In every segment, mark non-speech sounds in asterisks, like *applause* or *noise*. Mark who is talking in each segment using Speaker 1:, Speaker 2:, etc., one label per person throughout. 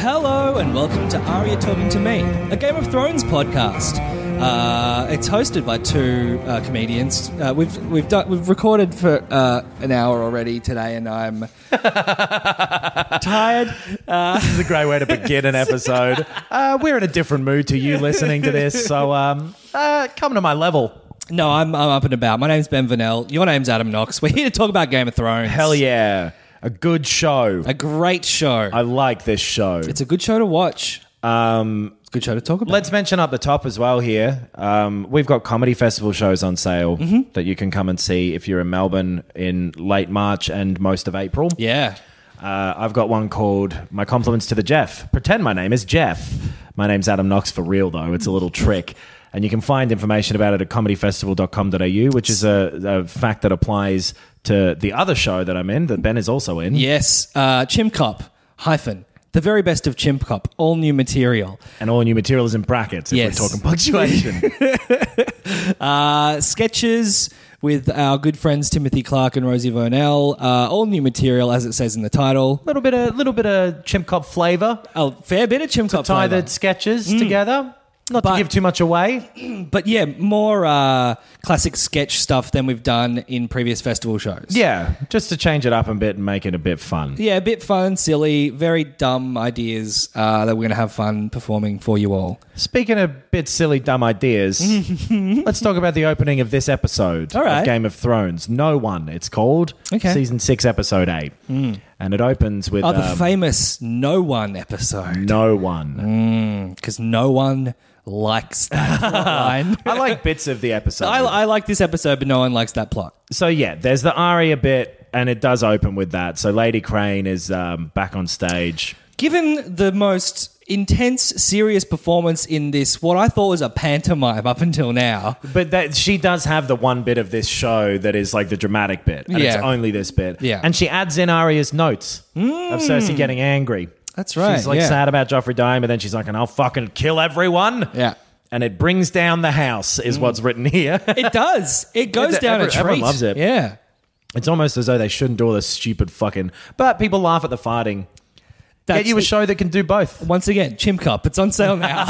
Speaker 1: Hello and welcome to Aria Talking to Me, a Game of Thrones podcast. Uh, it's hosted by two uh, comedians. Uh, we've we've done, we've recorded for uh, an hour already today, and
Speaker 2: *laughs*
Speaker 1: I'm tired.
Speaker 2: This is a great way to begin an episode.
Speaker 1: *laughs*
Speaker 2: Uh, we're in a different mood to you listening to this, so um, uh, come to my level.
Speaker 1: No, I'm I'm up and about. My name's Ben Vanel. Your name's Adam Knox. We're here to talk about Game of Thrones.
Speaker 2: Hell yeah, a good show.
Speaker 1: a great show.
Speaker 2: I like this show.
Speaker 1: it's a good show to watch. Um, it's a good show to talk about.
Speaker 2: Let's mention up the top as well here. Um, we've got comedy festival shows on sale
Speaker 1: Mm-hmm.
Speaker 2: that you can come and see if you're in Melbourne in late March and most of April.
Speaker 1: yeah.
Speaker 2: Uh, I've got one called My Compliments to the Jeff. Pretend my name is Jeff. My name's Adam Knox for real, though. It's a little trick. And you can find information about it at comedyfestival.com.au, which is a, a fact that applies to the other show that I'm in, that Ben is also in.
Speaker 1: Yes. Uh, Chimp Cop hyphen the very best of Chimp Cop. All new material.
Speaker 2: And all new material is in brackets if
Speaker 1: Yes.
Speaker 2: we're talking
Speaker 1: *laughs*
Speaker 2: punctuation.
Speaker 1: uh, sketches with our good friends Timothy Clark and Rosie Vernell. Uh, all new material, as it says in the title.
Speaker 2: little bit of little bit of chimp cop flavour.
Speaker 1: A fair bit of Chimp Cop
Speaker 2: Tie
Speaker 1: flavour.
Speaker 2: the sketches together. Not
Speaker 1: But-
Speaker 2: to give too much away.
Speaker 1: but yeah, more uh, classic sketch stuff than we've done in previous festival shows.
Speaker 2: Yeah, just to change it up a bit and make it a bit fun.
Speaker 1: Yeah, a bit fun, silly, very dumb ideas uh, that we're going to have fun performing for you all.
Speaker 2: Speaking of bit silly,
Speaker 1: *laughs*
Speaker 2: dumb ideas, let's talk about the opening of this episode
Speaker 1: All right.
Speaker 2: of Game of Thrones. No One, it's called.
Speaker 1: Okay.
Speaker 2: Season 6, Episode 8. And it opens with
Speaker 1: Oh, the
Speaker 2: um,
Speaker 1: famous No One episode,
Speaker 2: No One.
Speaker 1: because no one likes
Speaker 2: *laughs*
Speaker 1: that line.
Speaker 2: I like bits of the episode.
Speaker 1: Hmm. I, I like this episode, but no one likes that plot.
Speaker 2: so, yeah, there's the Aria bit, and it does open with that. So, Lady Crane is um, back on stage.
Speaker 1: Given the most intense, serious performance in this, what I thought was a pantomime up until now,
Speaker 2: But that she does have the one bit of this show that is like the dramatic bit, and it's
Speaker 1: Yeah.
Speaker 2: only this bit.
Speaker 1: Yeah. Hmm.
Speaker 2: and she adds in Arya's notes of Cersei getting angry.
Speaker 1: That's right,
Speaker 2: She's like
Speaker 1: yeah.
Speaker 2: sad about Joffrey dying, but then she's like, "And I'll fucking kill everyone."
Speaker 1: Yeah. Hmm.
Speaker 2: and it brings down the house, is what's
Speaker 1: *laughs*
Speaker 2: written here.
Speaker 1: it does. It goes
Speaker 2: Yeah,
Speaker 1: down a
Speaker 2: every-
Speaker 1: treat.
Speaker 2: everyone loves it.
Speaker 1: Yeah.
Speaker 2: it's almost as though they shouldn't do all this stupid fucking. But people laugh at the farting.
Speaker 1: That's
Speaker 2: Get you a
Speaker 1: it.
Speaker 2: show that can do both.
Speaker 1: Once again, Chimp Cup. It's on sale
Speaker 2: *laughs*
Speaker 1: now.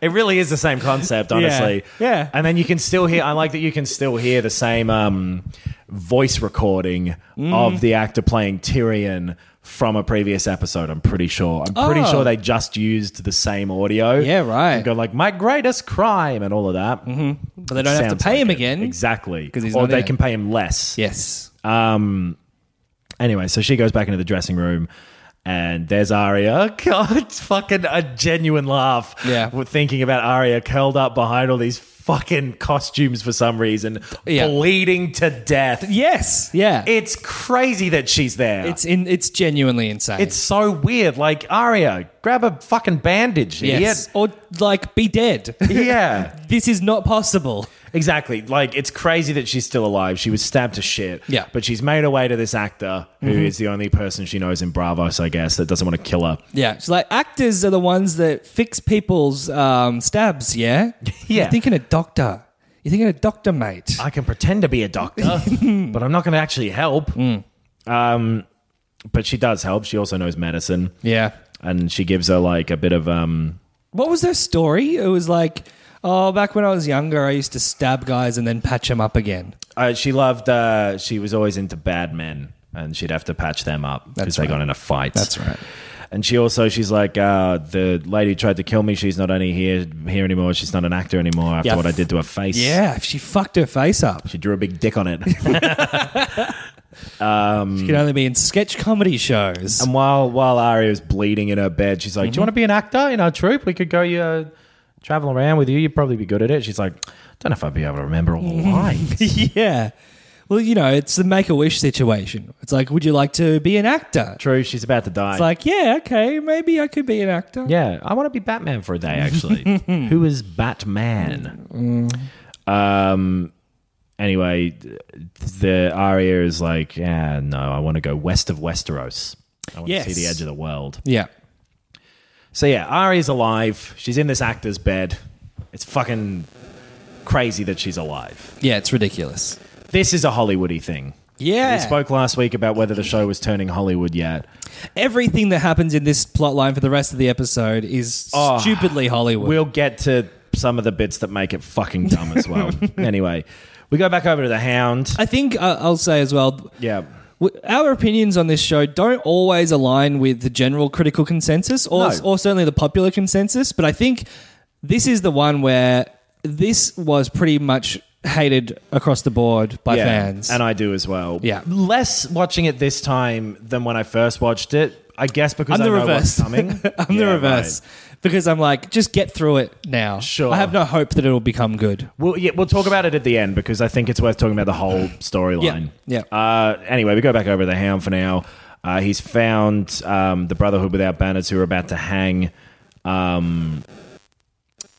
Speaker 2: It really is the same concept, honestly.
Speaker 1: *laughs* Yeah.
Speaker 2: And then you can still hear. I like that you can still hear the same um, voice recording
Speaker 1: Mm.
Speaker 2: of the actor playing Tyrion from a previous episode. I'm pretty sure. I'm pretty
Speaker 1: Oh.
Speaker 2: sure they just used the same audio.
Speaker 1: Yeah, right.
Speaker 2: And go like my greatest crime and all of that. Mm-hmm.
Speaker 1: but they don't have to pay him again.
Speaker 2: Exactly.
Speaker 1: 'Cause he's
Speaker 2: or
Speaker 1: not
Speaker 2: they
Speaker 1: in it.
Speaker 2: can pay him less.
Speaker 1: Yes.
Speaker 2: Um. Anyway, so she goes back into the dressing room, and there's Arya. *laughs* God, it's fucking a genuine laugh.
Speaker 1: Yeah.
Speaker 2: we're thinking about Arya curled up behind all these fucking costumes for some reason,
Speaker 1: Yeah.
Speaker 2: bleeding to death.
Speaker 1: Yes. Yeah.
Speaker 2: It's crazy that she's there.
Speaker 1: it's in. It's genuinely insane.
Speaker 2: it's so weird. Like Arya, grab a fucking bandage,
Speaker 1: yes. Or like be dead.
Speaker 2: idiot. *laughs* Yeah.
Speaker 1: this is not possible.
Speaker 2: Exactly. Like it's crazy that she's still alive. She was stabbed to shit.
Speaker 1: Yeah. Mm-hmm.
Speaker 2: But she's made her way to this actor who is the only person she knows in Bravos, I guess, that doesn't want to kill her.
Speaker 1: Yeah. It's like actors are the ones that fix people's um, stabs. *laughs* Yeah.
Speaker 2: Yeah.
Speaker 1: You're thinking a doctor. You're thinking a doctor, mate.
Speaker 2: I can pretend to be
Speaker 1: *laughs*
Speaker 2: a doctor, but I'm not going to actually help.
Speaker 1: Hmm.
Speaker 2: Um, but she does help. She also knows medicine.
Speaker 1: yeah.
Speaker 2: And she gives her like a bit of um
Speaker 1: What was their story? It was like, oh, back when I was younger, I used to stab guys and then patch them up again.
Speaker 2: uh, she loved uh she was always into bad men and she'd have to patch them up because they got in a fight.
Speaker 1: right.
Speaker 2: And she also she's like uh, the lady who tried to kill me. She's not only here here anymore. She's not an actor anymore after
Speaker 1: Yeah.
Speaker 2: what I did to her face.
Speaker 1: Yeah, she fucked her face up.
Speaker 2: She drew a big dick on it. *laughs*
Speaker 1: She can only be in sketch comedy shows. *laughs*
Speaker 2: and while while Ari was bleeding in her bed, she's like,
Speaker 1: Mm-hmm.
Speaker 2: "Do you want to be an actor in our troupe? We could go you uh, travel around with you. You'd probably be good at it." She's like, "Don't know if I'd be able to remember all the lines."
Speaker 1: *laughs* yeah. Well, you know, it's the make a wish situation. It's like, would you like to be an actor?
Speaker 2: True, she's about to die.
Speaker 1: It's like, yeah, okay, maybe I could be an actor.
Speaker 2: Yeah, I want to be Batman for a day. Actually,
Speaker 1: *laughs*
Speaker 2: who is Batman?
Speaker 1: Mm.
Speaker 2: Um. Anyway, th- the Arya is like, yeah, no, I want to go west of Westeros. I want to
Speaker 1: Yes.
Speaker 2: see the edge of the world.
Speaker 1: Yeah.
Speaker 2: So yeah, Arya's alive. She's in this actor's bed. It's fucking crazy that she's alive.
Speaker 1: Yeah, it's ridiculous.
Speaker 2: This is a Hollywoody thing.
Speaker 1: Yeah.
Speaker 2: We spoke last week about whether the show was turning Hollywood yet.
Speaker 1: Everything that happens in this plot line for the rest of the episode is
Speaker 2: Ah.
Speaker 1: stupidly Hollywood.
Speaker 2: We'll get to some of the bits that make it fucking dumb as
Speaker 1: *laughs*
Speaker 2: well. anyway, we go back over to the Hound.
Speaker 1: I think uh, I'll say as well.
Speaker 2: Yeah.
Speaker 1: w- Our opinions on this show don't always align with the general critical consensus, or,
Speaker 2: No.
Speaker 1: or certainly the popular consensus. But I think this is the one where this was pretty much hated across the board by
Speaker 2: yeah,
Speaker 1: fans.
Speaker 2: And I do as well.
Speaker 1: Yeah.
Speaker 2: Less watching it this time than when I first watched it. I guess because
Speaker 1: I'm
Speaker 2: I
Speaker 1: the
Speaker 2: know
Speaker 1: reverse.
Speaker 2: what's
Speaker 1: *laughs*
Speaker 2: coming.
Speaker 1: *laughs* I'm the
Speaker 2: Yeah,
Speaker 1: reverse
Speaker 2: right.
Speaker 1: because I'm like, just get through it now.
Speaker 2: Sure.
Speaker 1: I have no hope that it'll become good.
Speaker 2: We'll, yeah, we'll talk about it at the end because I think it's worth talking about the whole storyline.
Speaker 1: Yeah, yeah.
Speaker 2: Uh, anyway, we go back over to the hound for now. Uh, he's found um, the Brotherhood without banners who are about to hang. Um,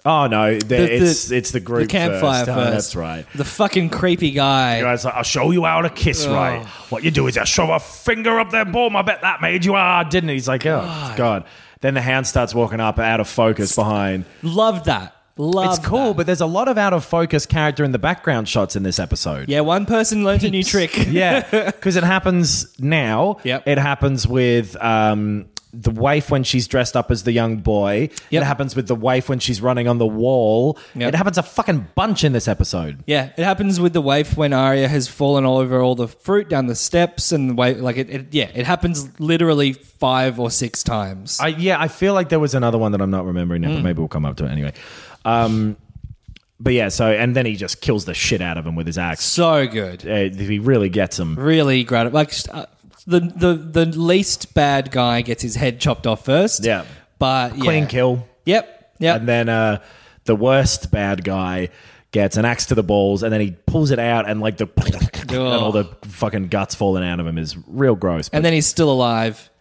Speaker 2: oh no, the,
Speaker 1: The-
Speaker 2: it's
Speaker 1: the-
Speaker 2: it's the group
Speaker 1: the campfire
Speaker 2: first.
Speaker 1: first.
Speaker 2: Oh, that's right.
Speaker 1: The fucking creepy guy.
Speaker 2: The guy's like, I'll show you how to kiss right. What you do is I shove a finger up their bum. I bet that made you ah, didn't it? He's like, oh God. Then the hound starts walking up out of focus behind.
Speaker 1: Loved that. Loved
Speaker 2: it's cool,
Speaker 1: that.
Speaker 2: but there's a lot of out of focus character in the background shots in this episode.
Speaker 1: yeah, one person learned a new trick.
Speaker 2: *laughs* yeah, because it happens now.
Speaker 1: Yep.
Speaker 2: It happens with um, the wife when she's dressed up as the young boy.
Speaker 1: Yep.
Speaker 2: It happens with the wife when she's running on the wall.
Speaker 1: Yep.
Speaker 2: It happens a fucking bunch in this episode.
Speaker 1: *laughs* Yeah, it happens with the waif when Arya has fallen all over all the fruit down the steps and the wa- like it, it yeah, it happens literally 5 or 6 times.
Speaker 2: I, yeah, I feel like there was another one that I'm not remembering now,
Speaker 1: Mm.
Speaker 2: but maybe we'll come up to it anyway. Um, but yeah, so and then he just kills the shit out of him with his axe.
Speaker 1: so good.
Speaker 2: Uh, he really gets him.
Speaker 1: Really great. Like uh, the the the least bad guy gets his head chopped off first.
Speaker 2: Yeah.
Speaker 1: But yeah.
Speaker 2: Clean kill.
Speaker 1: Yep. Yep.
Speaker 2: And then uh, the worst bad guy gets an axe to the balls, and then he pulls it out, and like the *laughs* and all the fucking guts falling out of him is real gross. But
Speaker 1: and then he's still alive.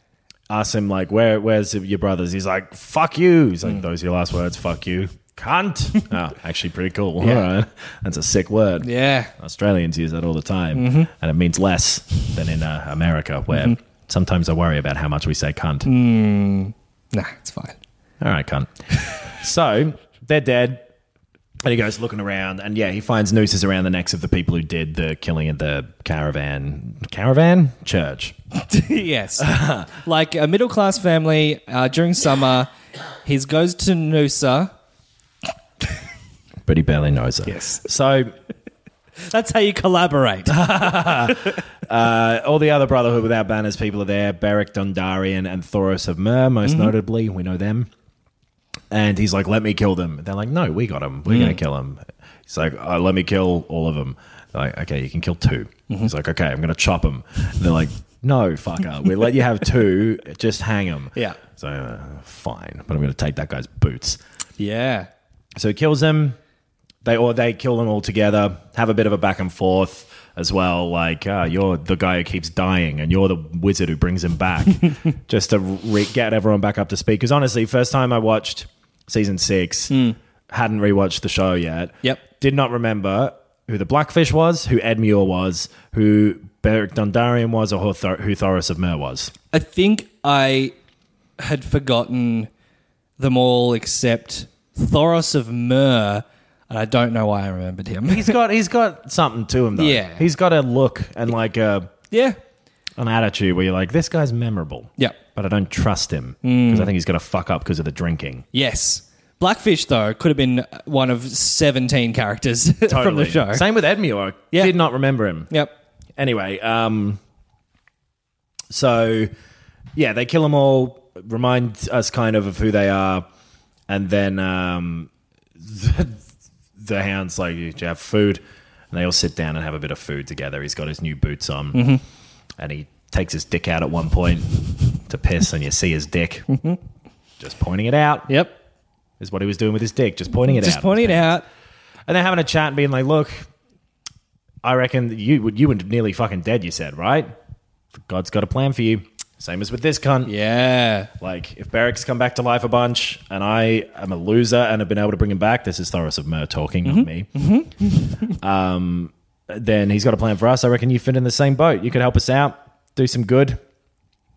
Speaker 2: asks him like, "Where, where's your brothers?" He's like, "Fuck you." He's
Speaker 1: Hmm.
Speaker 2: like, "Those are your last words. Fuck you,
Speaker 1: *laughs*
Speaker 2: cunt." oh, actually, pretty cool. All right, that's a sick word.
Speaker 1: Yeah. Mm-hmm.
Speaker 2: Australians use that all the time, and it means less than in uh, America, where sometimes I worry about how much we say cunt.
Speaker 1: Nah, it's fine.
Speaker 2: All right, cunt. so they're dead. And he goes looking around, and yeah, he finds nooses around the necks of the people who did the killing at the caravan, caravan church.
Speaker 1: *laughs* yes. like a middle class family uh, during summer, he goes to Noosa.
Speaker 2: But he barely knows it. Yes. So
Speaker 1: That's how you collaborate.
Speaker 2: *laughs* uh, all the other Brotherhood without banners people are there. Beric Dondarrion and Thoros of Myr, most
Speaker 1: Mhm.
Speaker 2: notably, we know them. And he's like, "Let me kill them." They're like, "No, we got him. We're
Speaker 1: Mm.
Speaker 2: gonna kill him." He's like, oh, "Let me kill all of them." They're like, "Okay, you can kill 2
Speaker 1: Mm-hmm.
Speaker 2: He's like, "Okay, I'm gonna chop them." They're like,
Speaker 1: *laughs*
Speaker 2: "No, fucker, we let you have two. Just hang them."
Speaker 1: Yeah.
Speaker 2: So uh, fine, but I'm gonna take that guy's boots.
Speaker 1: yeah.
Speaker 2: So he kills them. They or they kill them all together. Have a bit of a back and forth as well. Like uh, you're the guy who keeps dying, and you're the wizard who brings him *laughs* back, just to re- get everyone back up to speed. Because honestly, first time I watched season six, hadn't rewatched the show yet.
Speaker 1: Yep.
Speaker 2: did not remember who the Blackfish was, who Ed Muir was, who Beric Dondarrion was, or who, Thor- who Thoris of Myr was.
Speaker 1: I think I had forgotten them all except Thoros of Myr, and I don't know why I remembered him.
Speaker 2: He's got he's got something to him though.
Speaker 1: Yeah.
Speaker 2: he's got a look and like a.
Speaker 1: *laughs* yeah.
Speaker 2: an attitude where you're like, this guy's memorable.
Speaker 1: Yeah. Mm.
Speaker 2: But I don't trust him because I think he's going to fuck up because of the drinking.
Speaker 1: Yes. Blackfish, though, could have been one of 17 characters *laughs* from the show.
Speaker 2: Same with Edmure.
Speaker 1: Yeah.
Speaker 2: Did not remember him.
Speaker 1: Yep.
Speaker 2: Anyway, um, so yeah, they kill them all. remind us kind of of who they are, and then um, *laughs* the, the hound's like, "You have food," and they all sit down and have a bit of food together. He's got his new boots on,
Speaker 1: Mm-hmm.
Speaker 2: and he takes his dick out at one point to piss, and you see his dick,
Speaker 1: Mm-hmm.
Speaker 2: just pointing it out.
Speaker 1: Yep.
Speaker 2: Is what he was doing with his dick, just pointing it
Speaker 1: Just
Speaker 2: out.
Speaker 1: pointing it out.
Speaker 2: And they're having a chat and being like, look, I reckon you you were nearly fucking dead, you said, right? God's got a plan for you. Same as with this cunt.
Speaker 1: Yeah.
Speaker 2: Like, if Barrick's come back to life a bunch and I am a loser and have been able to bring him back, this is Thoris of Mer talking, not me.
Speaker 1: Mm-hmm.
Speaker 2: *laughs* um, then he's got a plan for us. I reckon you fit in the same boat. You could help us out, do some good.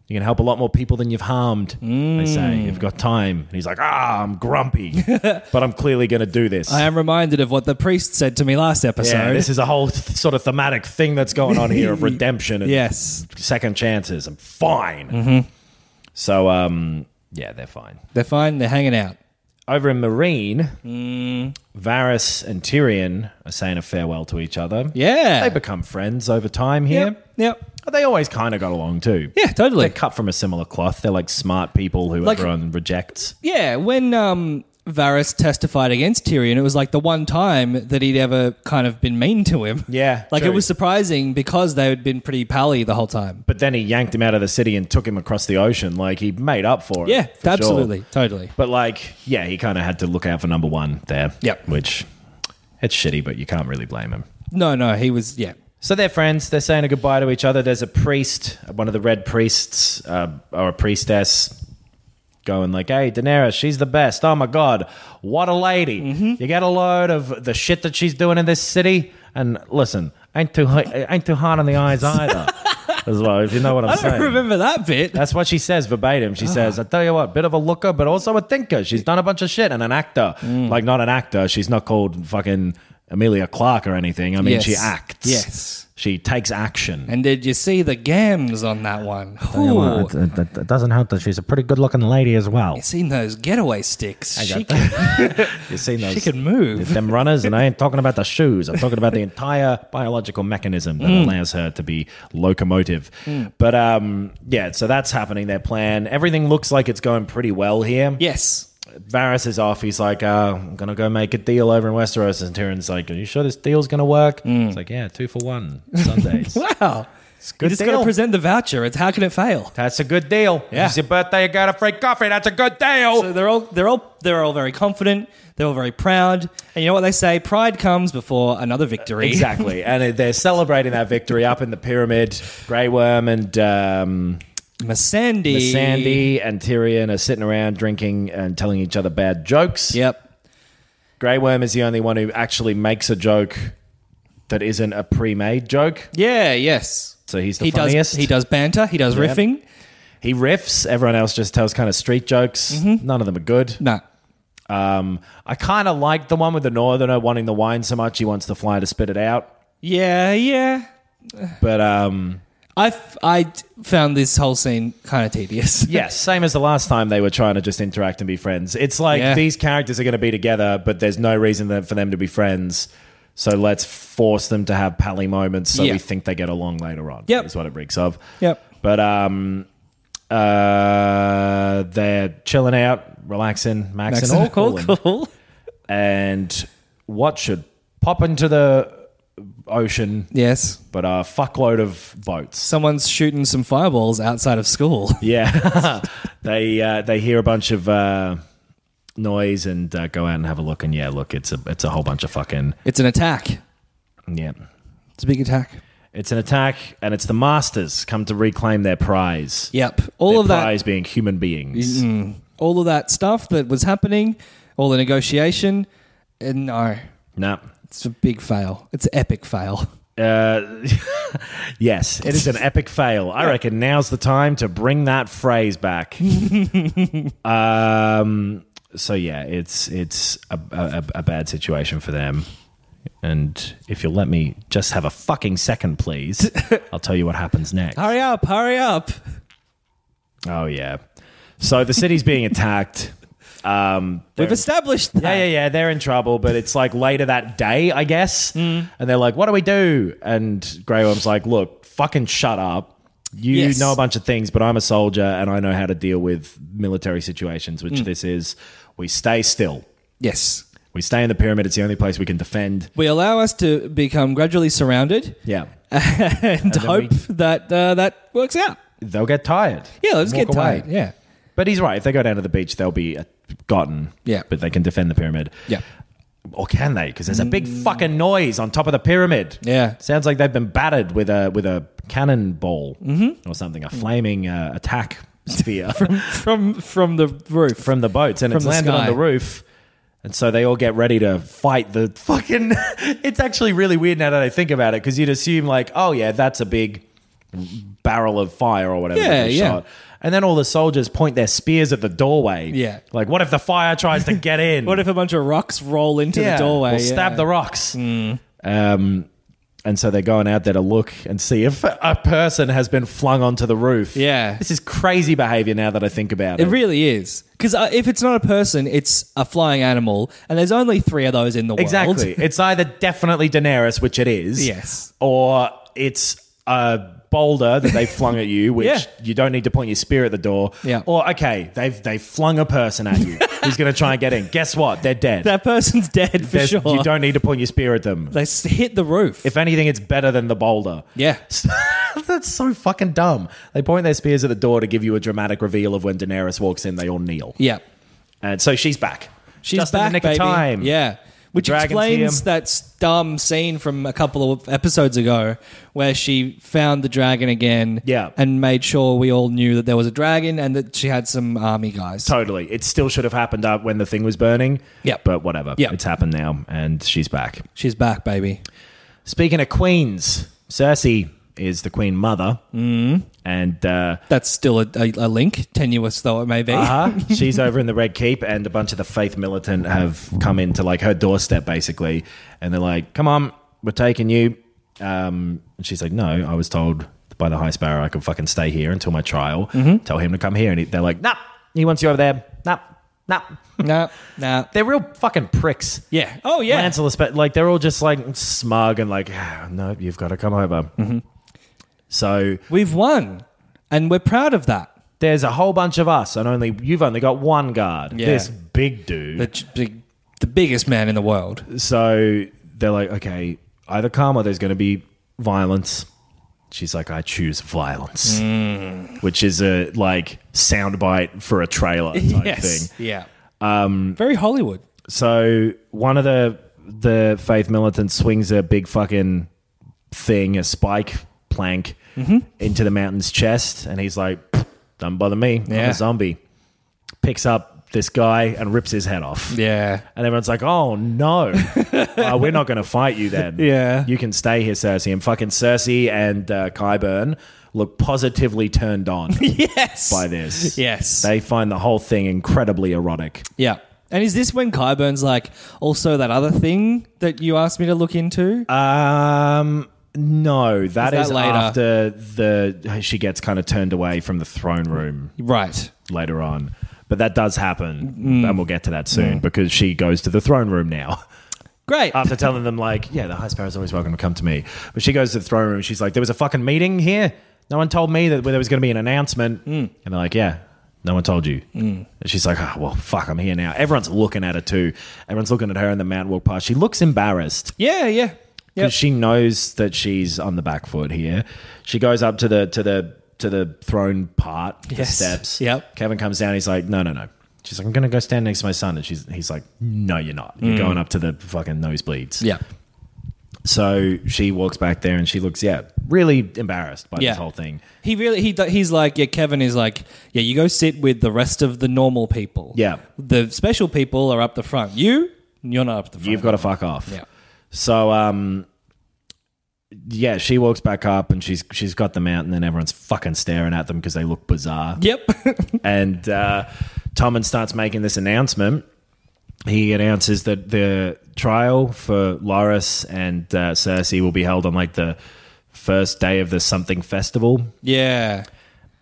Speaker 2: You can help a lot more people than you've harmed, they say.
Speaker 1: Mm.
Speaker 2: You've got time. And he's like, ah,
Speaker 1: *laughs*
Speaker 2: I'm grumpy, but I'm clearly going to do this.
Speaker 1: I am reminded of what the priest said to me last episode.
Speaker 2: Yeah, this is a whole th- sort of thematic thing that's going on
Speaker 1: *laughs*
Speaker 2: here of redemption and
Speaker 1: yes. Mm-hmm.
Speaker 2: second chances. I'm fine. So, um, yeah, they're fine.
Speaker 1: They're fine. They're hanging out.
Speaker 2: Over in Marine,
Speaker 1: Mm.
Speaker 2: Varys and Tyrion are saying a farewell to each other.
Speaker 1: Yeah.
Speaker 2: They become friends over time here.
Speaker 1: Yep. Yep.
Speaker 2: They always kind of got along too.
Speaker 1: Yeah, totally.
Speaker 2: They're cut from a similar cloth. They're like smart people who
Speaker 1: Like-
Speaker 2: everyone rejects.
Speaker 1: Yeah, when um, Varys testified against Tyrion, it was like the one time that he'd ever kind of been mean to him.
Speaker 2: Yeah,
Speaker 1: *laughs* like it
Speaker 2: true.
Speaker 1: was surprising because they had been pretty pally the whole time.
Speaker 2: But then he yanked him out of the city and took him across the ocean. Like he made up for it.
Speaker 1: Yeah,
Speaker 2: for sure.
Speaker 1: absolutely, totally.
Speaker 2: But like, yeah, he kind of had to look out for number one there.
Speaker 1: Yep.
Speaker 2: Which it's shitty, but you can't really blame him.
Speaker 1: No, no, he was. Yeah,
Speaker 2: So they're friends. They're saying a goodbye to each other. There's a priest, one of the red priests, uh, or a priestess, going like, "Hey, Daenerys, she's the best. Oh my god, what a lady!
Speaker 1: Mm-hmm.
Speaker 2: You get a load of the shit that she's doing in this city. And listen, ain't too hi- ain't too hard on the
Speaker 1: *laughs*
Speaker 2: eyes either, as well. If you know what I'm
Speaker 1: I
Speaker 2: saying.
Speaker 1: don't remember that bit.
Speaker 2: That's what she says verbatim. She says, I tell you what, bit of a looker, but also a thinker. She's done a bunch of shit and an actor. Like, not an actor. She's not called fucking Amelia Clark or anything. I mean,
Speaker 1: Yes.
Speaker 2: she acts.
Speaker 1: Yes.
Speaker 2: She takes action.
Speaker 1: And did you see the gams on that one?
Speaker 2: You know
Speaker 1: Ooh,
Speaker 2: what? it, it- it doesn't help that she's a pretty good looking lady as well.
Speaker 1: you seen those getaway sticks? She can,
Speaker 2: *laughs* You've seen those.
Speaker 1: she can move.
Speaker 2: *laughs* Them runners, and I ain't talking about the shoes. I'm talking about the entire biological mechanism that allows her to be locomotive. But um, yeah, so that's happening. Their plan. Everything looks like it's going pretty well here.
Speaker 1: Yes.
Speaker 2: Varys is off. He's like, uh, I'm going to go make a deal over in Westeros. And Tyrion's like, Are you sure this deal's going to work?
Speaker 1: Mm.
Speaker 2: It's like, Yeah, two for one
Speaker 1: *laughs*
Speaker 2: Sundays.
Speaker 1: Wow.
Speaker 2: good
Speaker 1: you just got
Speaker 2: deal.
Speaker 1: to present the voucher. It's how can it fail?
Speaker 2: That's a good deal.
Speaker 1: Yeah.
Speaker 2: It's your birthday. You got a free coffee. That's a good deal.
Speaker 1: *laughs* So they're all they're all they're all very confident. They're all very proud. And you know what they say? Pride comes before another victory.
Speaker 2: exactly. And they're celebrating that victory up in the pyramid. Grey Worm and um,
Speaker 1: Missandei.
Speaker 2: Sandy and Tyrion are sitting around drinking and telling each other bad jokes.
Speaker 1: Yep.
Speaker 2: Grey Worm is the only one who actually makes a joke that isn't a pre made joke.
Speaker 1: Yeah. Yes.
Speaker 2: So he's the
Speaker 1: He
Speaker 2: funniest.
Speaker 1: does. He does banter. He does riffing.
Speaker 2: He riffs. Everyone else just tells kind of street jokes. None of them are good.
Speaker 1: Mm-hmm. No.
Speaker 2: Um, I kind of like the one with the northerner wanting the wine so much he wants the flyer to spit it out.
Speaker 1: Yeah. Yeah.
Speaker 2: But um,
Speaker 1: I f- I d- found this whole scene kind of *laughs* tedious.
Speaker 2: yes, same as the last time they were trying to just interact and be friends. It's like
Speaker 1: Yeah.
Speaker 2: these characters are going to be together, but there's no reason that, for them to be friends. So let's force them to have pally moments so
Speaker 1: Yeah.
Speaker 2: we think they get along later on.
Speaker 1: Yep.
Speaker 2: Is what it reeks of.
Speaker 1: Yep.
Speaker 2: But um, uh, they're chilling out, relaxing, maxing, all cool.
Speaker 1: cool.
Speaker 2: and what should pop into the ocean
Speaker 1: Yes.
Speaker 2: but a fuckload of boats.
Speaker 1: Someone's shooting some fireballs outside of school. *laughs*
Speaker 2: Yeah, *laughs* they uh, they hear a bunch of uh, noise and uh, go out and have a look. And yeah, look, it's a it's a whole bunch of fucking
Speaker 1: It's an attack.
Speaker 2: yeah.
Speaker 1: It's a big attack.
Speaker 2: It's an attack, and it's the masters come to reclaim their prize.
Speaker 1: Yep. All
Speaker 2: Their
Speaker 1: of that. Mm-hmm.
Speaker 2: prize being human beings.
Speaker 1: Hmm. all of that stuff that was happening, all the negotiation, and no,
Speaker 2: No.
Speaker 1: it's a big fail. It's an epic fail.
Speaker 2: Uh, *laughs* yes, it is an epic fail. I reckon now's the time to bring that phrase back. um, so yeah, it's it's a, a, a bad situation for them. And if you'll let me just have a fucking second, please, I'll tell you what happens next.
Speaker 1: Hurry up, hurry up.
Speaker 2: Oh yeah. So the city's being attacked. Um,
Speaker 1: We've established that.
Speaker 2: Yeah, yeah, yeah. They're in trouble, but it's like later that day, I
Speaker 1: Mm.
Speaker 2: guess. And they're like, what do we do? And Grey Worm's like, look, fucking shut up. You
Speaker 1: Yes.
Speaker 2: know a bunch of things, but I'm a soldier and I know how to deal with military situations, which
Speaker 1: Mm.
Speaker 2: this is. We stay still.
Speaker 1: Yes.
Speaker 2: We stay in the pyramid. It's the only place we can defend.
Speaker 1: We allow us to become gradually surrounded *laughs*
Speaker 2: Yeah.
Speaker 1: and, hope that uh, that works out.
Speaker 2: They'll get tired.
Speaker 1: Yeah, let's
Speaker 2: Walk
Speaker 1: get
Speaker 2: away.
Speaker 1: tired. Yeah.
Speaker 2: But he's right. If they go down to the beach, they'll be uh, gotten.
Speaker 1: Yeah.
Speaker 2: But they can defend the pyramid.
Speaker 1: Yeah.
Speaker 2: Or can they? Because there's a big fucking noise on top of the pyramid.
Speaker 1: Yeah.
Speaker 2: Sounds like they've been battered with a with a cannonball or something, a flaming uh, attack sphere from,
Speaker 1: Mm-hmm. *laughs* From from the roof.
Speaker 2: from the boats, and
Speaker 1: From
Speaker 2: it's
Speaker 1: the
Speaker 2: landed on
Speaker 1: sky.
Speaker 2: the roof. And so they all get ready to fight the fucking. *laughs* it's actually really weird now that I think about it, because you'd assume like, oh yeah, that's a big barrel of fire or whatever.
Speaker 1: Yeah,
Speaker 2: that they
Speaker 1: yeah.
Speaker 2: Shot. And then all the soldiers point their spears at the doorway.
Speaker 1: Yeah.
Speaker 2: Like, what if the fire tries to get
Speaker 1: *laughs*
Speaker 2: in?
Speaker 1: what if a bunch of rocks roll into
Speaker 2: yeah,
Speaker 1: the doorway?
Speaker 2: We'll stab
Speaker 1: Yeah.
Speaker 2: the rocks. Um, and so they're going out there to look and see if a person has been flung onto the roof.
Speaker 1: Yeah.
Speaker 2: This is crazy behavior now that I think about it.
Speaker 1: It really is. Because uh, if it's not a person, it's a flying animal, and there's only three of those in the world.
Speaker 2: exactly. *laughs* it's either definitely Daenerys, which it is.
Speaker 1: Yes.
Speaker 2: Or it's a boulder that they flung at you, which
Speaker 1: Yeah.
Speaker 2: you don't need to point your spear at the door.
Speaker 1: Yeah.
Speaker 2: Or, okay, they've, they've flung a person at you who's going to try and get in. Guess what? They're dead.
Speaker 1: *laughs* That person's dead for
Speaker 2: There's-
Speaker 1: sure.
Speaker 2: You don't need to point your spear at them.
Speaker 1: They s- hit the roof.
Speaker 2: If anything, it's better than the boulder.
Speaker 1: yeah.
Speaker 2: *laughs* That's so fucking dumb. They point their spears at the door to give you a dramatic reveal of when Daenerys walks in. They all kneel,
Speaker 1: Yeah.
Speaker 2: and so she's back.
Speaker 1: She's
Speaker 2: Just
Speaker 1: back,
Speaker 2: in the nick
Speaker 1: baby.
Speaker 2: of time.
Speaker 1: Yeah. Which
Speaker 2: dragons
Speaker 1: explains
Speaker 2: see 'em.
Speaker 1: that s- dumb scene from a couple of episodes ago where she found the dragon again
Speaker 2: Yeah.
Speaker 1: and made sure we all knew that there was a dragon and that she had some army guys.
Speaker 2: totally. It still should have happened up when the thing was burning.
Speaker 1: Yep.
Speaker 2: but whatever.
Speaker 1: Yep.
Speaker 2: it's happened now, and she's back.
Speaker 1: She's back, baby.
Speaker 2: Speaking of queens, Cersei is the queen mother, mm.
Speaker 1: Mm-hmm.
Speaker 2: and uh,
Speaker 1: That's still a, a, a link, tenuous though it may be. *laughs*
Speaker 2: Uh-huh. *laughs* She's over in the Red Keep, and a bunch of the faith militant have come into like her doorstep, basically, and they're like, "Come on, we're taking you." Um, and she's like, "No, I was told by the High Sparrow I could fucking stay here until my trial.
Speaker 1: Mm-hmm.
Speaker 2: Tell him to come here." And he, they're like, "Nah, he wants you over there. Nah, nah."
Speaker 1: No, no.
Speaker 2: they're real fucking pricks.
Speaker 1: Yeah. Oh, yeah.
Speaker 2: Lancel, espe- like they're all just like smug and like, "Ah, "No, you've got to come over."
Speaker 1: Mm-hmm.
Speaker 2: So
Speaker 1: We've won, and we're proud of that.
Speaker 2: there's a whole bunch of us, and only you've only got one guard.
Speaker 1: Yeah.
Speaker 2: This big dude.
Speaker 1: The, ch- big, the biggest man in the world.
Speaker 2: So they're like, okay, either come or there's going to be violence. She's like, I choose violence,
Speaker 1: Mm.
Speaker 2: which is a like soundbite for a trailer
Speaker 1: *laughs*
Speaker 2: type thing.
Speaker 1: Yeah. Um, Very Hollywood.
Speaker 2: So one of the the faith militants swings a big fucking thing, a spike plank,
Speaker 1: Mm-hmm.
Speaker 2: into the mountain's chest, and he's like, "Don't bother me, I'm
Speaker 1: Yeah.
Speaker 2: a zombie." Picks up this guy and rips his head off.
Speaker 1: Yeah.
Speaker 2: And everyone's like, oh no,
Speaker 1: *laughs*
Speaker 2: Uh, we're not going to fight you then.
Speaker 1: Yeah.
Speaker 2: You can stay here, Cersei. And fucking Cersei and uh, Kyburn look positively turned on
Speaker 1: *laughs* Yes.
Speaker 2: by this.
Speaker 1: Yes.
Speaker 2: They find the whole thing incredibly erotic.
Speaker 1: yeah. And is this when Kyburn's like, also that other thing that you asked me to look into?
Speaker 2: Uh, Um, no, that
Speaker 1: that
Speaker 2: is,
Speaker 1: later?
Speaker 2: after the she gets kind of turned away from the throne room
Speaker 1: right.
Speaker 2: later on. But that does happen,
Speaker 1: Mm.
Speaker 2: and we'll get to that soon because she goes to the throne room now. *laughs*
Speaker 1: Great.
Speaker 2: after telling them like, yeah, the high sparrow's always welcome to come to me. But she goes to the throne room. She's like, there was a fucking meeting here. No one told me that there was going to be an announcement.
Speaker 1: Hmm.
Speaker 2: And they're like, yeah, no one told you. Mm. And she's like, oh, well, fuck, I'm here now. Everyone's looking at her too. Everyone's looking at her in the mountain walk past. She looks embarrassed
Speaker 1: yeah, yeah.
Speaker 2: because
Speaker 1: Yep.
Speaker 2: she knows that she's on the back foot here. She goes up to the to the to the throne part, the
Speaker 1: Yes.
Speaker 2: steps.
Speaker 1: Yep.
Speaker 2: Kevin comes down. He's like, no, no, no. She's like, I'm gonna go stand next to my son, and she's he's like, no, you're not.
Speaker 1: Hmm.
Speaker 2: You're going up to the fucking nosebleeds.
Speaker 1: yeah.
Speaker 2: So she walks back there and she looks, yeah, really embarrassed by
Speaker 1: Yeah.
Speaker 2: this whole thing.
Speaker 1: He really he do- he's like yeah Kevin is like yeah you go sit with the rest of the normal people.
Speaker 2: Yeah.
Speaker 1: The special people are up the front. You you're not up the front.
Speaker 2: You've got to fuck off.
Speaker 1: Yeah.
Speaker 2: So, um, yeah, she walks back up and she's she's got them out, and then everyone's fucking staring at them because they look bizarre.
Speaker 1: Yep. *laughs*
Speaker 2: And uh, Tommen starts making this announcement. He announces that the trial for Loris and uh, Cersei will be held on like the first day of the something festival,
Speaker 1: yeah.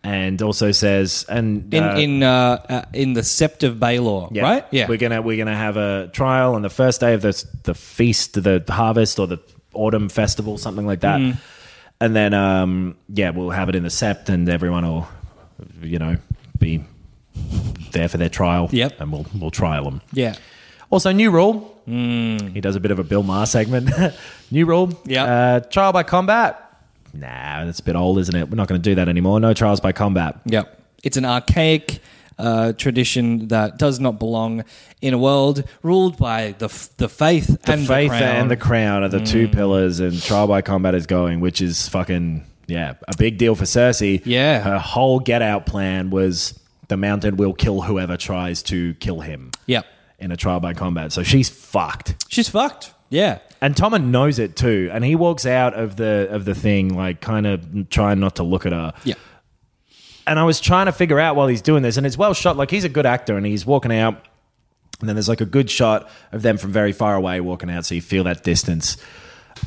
Speaker 2: and also says and
Speaker 1: in
Speaker 2: uh,
Speaker 1: in uh, uh, in the sept of Baylor,
Speaker 2: Yeah.
Speaker 1: right?
Speaker 2: We're gonna we're gonna have a trial on the
Speaker 1: Mm-hmm.
Speaker 2: first day of the the feast, the harvest, or the autumn festival, something like that. and then um, yeah, we'll have it in the sept, and everyone will, you know, be there for their trial.
Speaker 1: Yep.
Speaker 2: and we'll we'll trial them.
Speaker 1: Yeah.
Speaker 2: Also, new rule. He does a bit of a Bill Maher segment. *laughs* new rule.
Speaker 1: Mm. Yep.
Speaker 2: Uh, trial by combat. Nah, that's a bit old, isn't it? We're not going to do that anymore. No trials by combat.
Speaker 1: Yep. It's an archaic uh, tradition that does not belong in a world ruled by the f- the faith
Speaker 2: The
Speaker 1: and
Speaker 2: faith
Speaker 1: the crown. Mm.
Speaker 2: and the crown are the two pillars, and trial by combat is going, which is fucking yeah, a big deal for Cersei.
Speaker 1: Yeah.
Speaker 2: her whole get out plan was the mountain will kill whoever tries to kill him.
Speaker 1: Yep.
Speaker 2: in a trial by combat, so she's fucked.
Speaker 1: She's fucked. Yeah.
Speaker 2: And Tommen knows it too, and he walks out of the of the thing like kind of trying not to look at her.
Speaker 1: Yeah.
Speaker 2: And I was trying to figure out while he's doing this, and it's well shot. Like he's a good actor, and he's walking out, and then there's like a good shot of them from very far away walking out, so you feel that distance.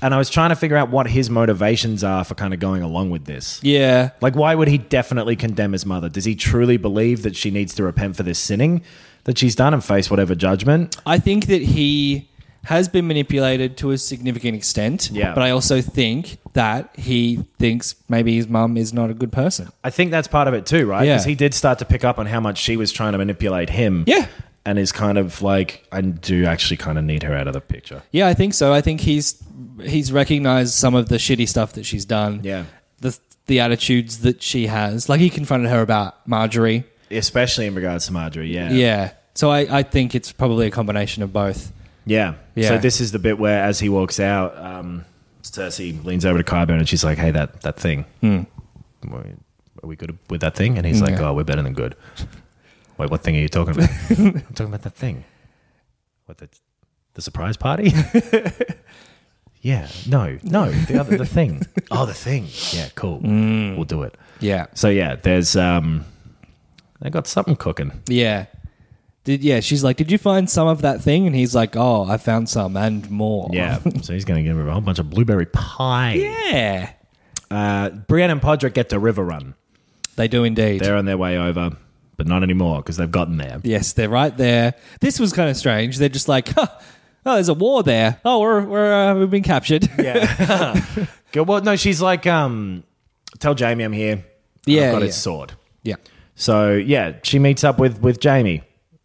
Speaker 2: And I was trying to figure out what his motivations are for kind of going along with this.
Speaker 1: Yeah.
Speaker 2: Like, why would he definitely condemn his mother? Does he truly believe that she needs to repent for this sinning that she's done and face whatever judgment?
Speaker 1: I think that he has been manipulated to a significant extent.
Speaker 2: Yeah.
Speaker 1: But I also think that he thinks maybe his mum is not a good person.
Speaker 2: I think that's part of it too, right?
Speaker 1: Yeah.
Speaker 2: Because he did start to pick up on how much she was trying to manipulate him.
Speaker 1: Yeah.
Speaker 2: And is kind of like, I do actually kind of need her out of the picture.
Speaker 1: Yeah, I think so. I think he's he's recognized some of the shitty stuff that she's done.
Speaker 2: Yeah.
Speaker 1: The the attitudes that she has. Like he confronted her about Marjorie.
Speaker 2: Especially in regards to Marjorie, yeah.
Speaker 1: Yeah. So I, I think it's probably a combination of both.
Speaker 2: Yeah.
Speaker 1: Yeah.
Speaker 2: So this is the bit where as he walks out, um, Cersei leans over to Kyburn and she's like, hey, that, that thing. Are we good with that thing? And he's like,
Speaker 1: Hmm. Yeah.
Speaker 2: oh, we're better than good. *laughs* Wait, what thing are you
Speaker 1: *laughs*
Speaker 2: talking about? I'm talking about that thing. What, the, the
Speaker 1: *laughs*
Speaker 2: surprise party? yeah. No, no, the other, the thing. *laughs* Oh, the thing. Yeah, cool.
Speaker 1: Hmm.
Speaker 2: We'll do it.
Speaker 1: Yeah.
Speaker 2: So yeah, there's, um, they got something cooking.
Speaker 1: Yeah. Did yeah, she's like, Did you find some of that thing? And he's like, Oh, I found some and more.
Speaker 2: *laughs* Yeah. so he's going to give her a whole bunch of blueberry pie.
Speaker 1: Yeah.
Speaker 2: Uh, Brienne and Podrick get to River Run.
Speaker 1: They do indeed.
Speaker 2: They're on their way over, but not anymore because they've gotten there.
Speaker 1: yes, they're right there. This was kind of strange. They're just like, huh, oh, there's a war there. Oh, we're, we're uh, we've been captured. Yeah,
Speaker 2: Go- Well, no, she's like, um, tell Jamie I'm here.
Speaker 1: *laughs* Yeah,
Speaker 2: I've got
Speaker 1: yeah.
Speaker 2: his sword.
Speaker 1: yeah,
Speaker 2: So yeah, she meets up with with Jamie,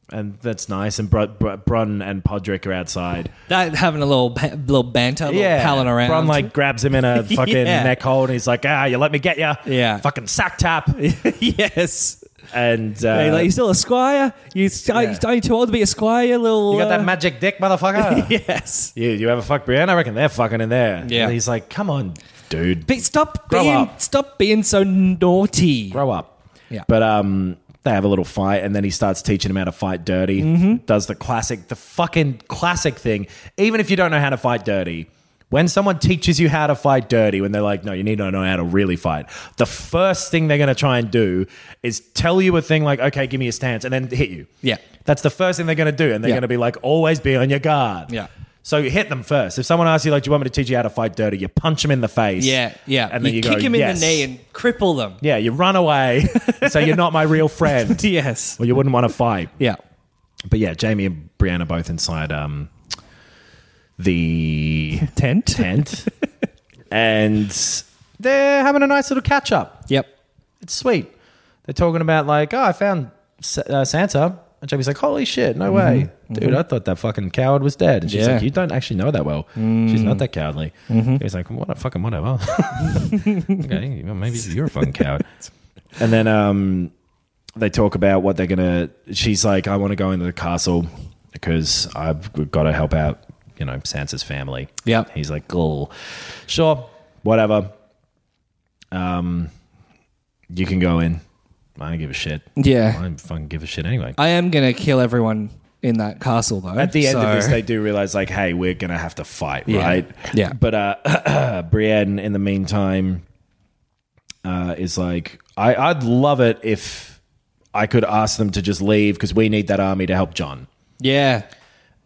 Speaker 2: and that's nice. And Br- Br- Bron and Podrick are outside.
Speaker 1: that having a little ba- little banter, little
Speaker 2: Yeah,
Speaker 1: palling around.
Speaker 2: Bron like grabs him in *laughs* a fucking
Speaker 1: Yeah.
Speaker 2: neck hold, and he's like, "Ah, you let me get you."
Speaker 1: Yeah.
Speaker 2: fucking sack *laughs* tap.
Speaker 1: *laughs* yes.
Speaker 2: and uh,
Speaker 1: Hey, like, you still a squire? You
Speaker 2: Yeah.
Speaker 1: aren't you too old to be a squire, you little?
Speaker 2: you got *laughs*
Speaker 1: uh,
Speaker 2: that magic dick, motherfucker. *laughs*
Speaker 1: *laughs* yes.
Speaker 2: You you ever fuck Brienne? I reckon they're fucking in there.
Speaker 1: Yeah.
Speaker 2: and he's like, "Come on, dude."
Speaker 1: But stop
Speaker 2: Grow
Speaker 1: being
Speaker 2: up.
Speaker 1: stop being so naughty.
Speaker 2: grow up.
Speaker 1: Yeah.
Speaker 2: But um, they have a little fight, and then he starts teaching him how to fight dirty.
Speaker 1: Mm-hmm.
Speaker 2: Does the classic, the fucking classic thing. Even if you don't know how to fight dirty, when someone teaches you how to fight dirty, when they're like, "No, you need to know how to really fight," the first thing they're going to try and do is tell you a thing like, "Okay, give me a stance," and then hit you.
Speaker 1: Yeah.
Speaker 2: That's the first thing they're going to do, and they're
Speaker 1: Yeah.
Speaker 2: going to be like, "Always be on your guard."
Speaker 1: Yeah.
Speaker 2: So hit them first. If someone asks you, like, "Do you want me to teach you how to fight dirty?" You punch them in the face.
Speaker 1: Yeah, yeah.
Speaker 2: And then you,
Speaker 1: kick
Speaker 2: go,
Speaker 1: him
Speaker 2: "Yes."
Speaker 1: in the knee and cripple them.
Speaker 2: Yeah, you run away.
Speaker 1: *laughs*
Speaker 2: so you're not my real friend.
Speaker 1: Yes.
Speaker 2: Well, you wouldn't want to fight.
Speaker 1: Yeah.
Speaker 2: But yeah, Jamie and Brianna both inside um, the
Speaker 1: Tent. *laughs*
Speaker 2: tent. and they're having a nice little catch up.
Speaker 1: Yep.
Speaker 2: It's sweet. They're talking about, like, oh, I found Sa- uh, Santa. And Jamie's like, holy shit, no way. Dude, I thought that fucking coward was dead. And she's
Speaker 1: Yeah.
Speaker 2: like, you don't actually know that well. She's not that cowardly. He's like, what a fucking whatever. *laughs* okay, well, maybe you're a fucking coward. *laughs* And then um, they talk about what they're gonna. She's like, I want to go into the castle because I've got to help out, you know, Sansa's family.
Speaker 1: Yep.
Speaker 2: He's like, cool, sure, whatever. Um, you can go in. I don't give a shit. I
Speaker 1: Yeah.
Speaker 2: don't fucking give a shit anyway.
Speaker 1: I am gonna kill everyone in that castle though.
Speaker 2: At the end
Speaker 1: so-
Speaker 2: of this, they do realize, like, hey, we're gonna have to fight,
Speaker 1: Yeah.
Speaker 2: right?
Speaker 1: Yeah.
Speaker 2: But uh, *clears throat* Brienne, in the meantime, uh, is like, I- I'd love it if I could ask them to just leave because we need that army to help John.
Speaker 1: Yeah.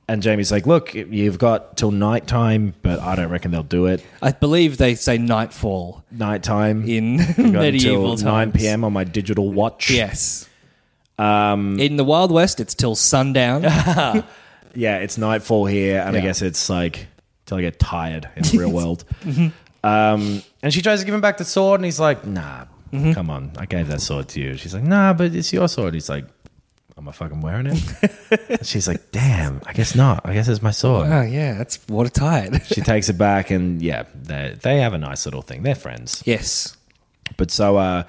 Speaker 2: And Jamie's like, look, you've got till nighttime, but I don't reckon they'll do it.
Speaker 1: I believe they say nightfall
Speaker 2: Nighttime
Speaker 1: in *laughs*
Speaker 2: Got
Speaker 1: medieval
Speaker 2: until
Speaker 1: times.
Speaker 2: nine p.m. on my digital watch.
Speaker 1: Yes. Um, in the Wild West, it's till
Speaker 2: *laughs*
Speaker 1: sundown.
Speaker 2: yeah, it's nightfall here, and I
Speaker 1: Yeah.
Speaker 2: guess it's like till I get tired in the real world. Um, and she tries to give him back the sword, and he's like, "Nah, come on, I gave that sword to you." She's like, "Nah, but it's your sword." He's like, "Am I fucking wearing it?" And she's like, "Damn, I guess not. I guess it's my sword."
Speaker 1: Oh yeah, that's watertight.
Speaker 2: She takes it back, and yeah, they they have a nice little thing. They're friends.
Speaker 1: yes.
Speaker 2: But so uh,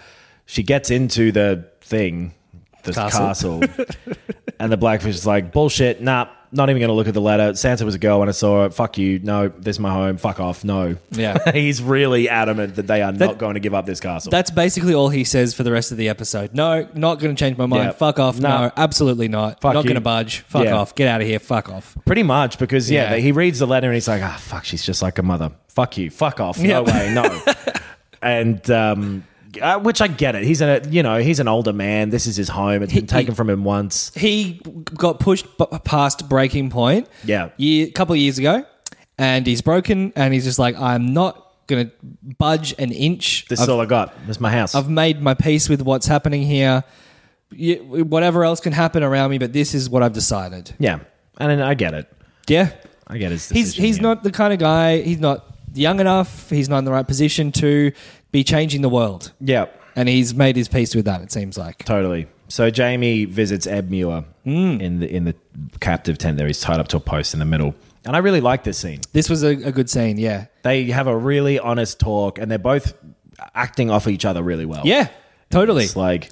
Speaker 2: she gets into the thing, the
Speaker 1: Castle.
Speaker 2: castle, *laughs* and the blackfish is like, bullshit, nah, not even going to look at the letter. Santa was a girl when I saw it. Fuck you. No, this is my home. Fuck off. No.
Speaker 1: Yeah.
Speaker 2: *laughs* He's really adamant that they are not going to give up this castle.
Speaker 1: That's basically all he says for the rest of the episode. No, not going to change my mind.
Speaker 2: Yeah.
Speaker 1: Fuck off.
Speaker 2: Nah.
Speaker 1: No, absolutely not.
Speaker 2: Fuck
Speaker 1: not
Speaker 2: you.
Speaker 1: going to budge. Fuck
Speaker 2: Yeah.
Speaker 1: off. Get out of here. Fuck off.
Speaker 2: Pretty much because, yeah,
Speaker 1: Yeah.
Speaker 2: he reads the letter and he's like, ah, fuck, she's just like a mother. Fuck you. Fuck off.
Speaker 1: Yeah.
Speaker 2: No way. No. *laughs* and, um, uh, which I get it. He's an, you know, he's an older man. This is his home. It's been
Speaker 1: He-
Speaker 2: taken from him once.
Speaker 1: He got pushed b- past breaking point.
Speaker 2: Yeah.
Speaker 1: year, couple of years ago, and he's broken, and he's just like, I'm not going to budge an inch.
Speaker 2: This
Speaker 1: I've,
Speaker 2: is all I got. This is my house.
Speaker 1: I've made my peace with what's happening here. Y- Whatever else can happen around me, but this is what I've decided.
Speaker 2: Yeah, and then I get it.
Speaker 1: Yeah,
Speaker 2: I get his.
Speaker 1: he's
Speaker 2: decision,
Speaker 1: he's
Speaker 2: yeah.
Speaker 1: not the kind of guy. He's not young enough. He's not in the right position to be changing the world,
Speaker 2: Yeah,
Speaker 1: and he's made his peace with that. It seems like.
Speaker 2: totally. So Jamie visits Ed Mueller
Speaker 1: Mm.
Speaker 2: in the in the captive tent. There, he's tied up to a post in the middle, and I really like this scene.
Speaker 1: This was a, a good scene, yeah.
Speaker 2: They have a really honest talk, and they're both acting off each other really well.
Speaker 1: Yeah, totally.
Speaker 2: It's like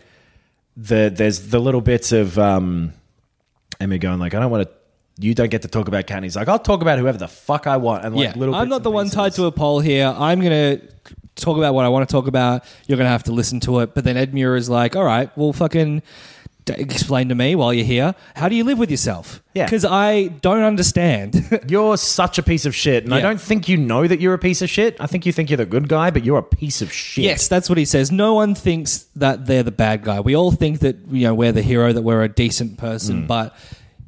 Speaker 2: the there's the little bits of um Emma going like, I don't want to. You don't get to talk about Cat. And he's like, I'll talk about whoever the fuck I want. And like
Speaker 1: yeah,
Speaker 2: little.
Speaker 1: I'm
Speaker 2: bits
Speaker 1: not
Speaker 2: and
Speaker 1: the one
Speaker 2: pieces.
Speaker 1: tied to a pole here. I'm gonna talk about what I want to talk about. You're gonna have to listen to it. But then Ed Muir is like, "All right, well, fucking d- explain to me while you're here. How do you live with yourself?
Speaker 2: Yeah.
Speaker 1: because I don't understand. *laughs*
Speaker 2: You're such a piece of shit, and I
Speaker 1: Yeah.
Speaker 2: don't think you know that you're a piece of shit. I think you think you're the good guy, but you're a piece of shit.
Speaker 1: yes, that's what he says. No one thinks that they're the bad guy. We all think that you know we're the hero, that we're a decent
Speaker 2: Mm.
Speaker 1: person. But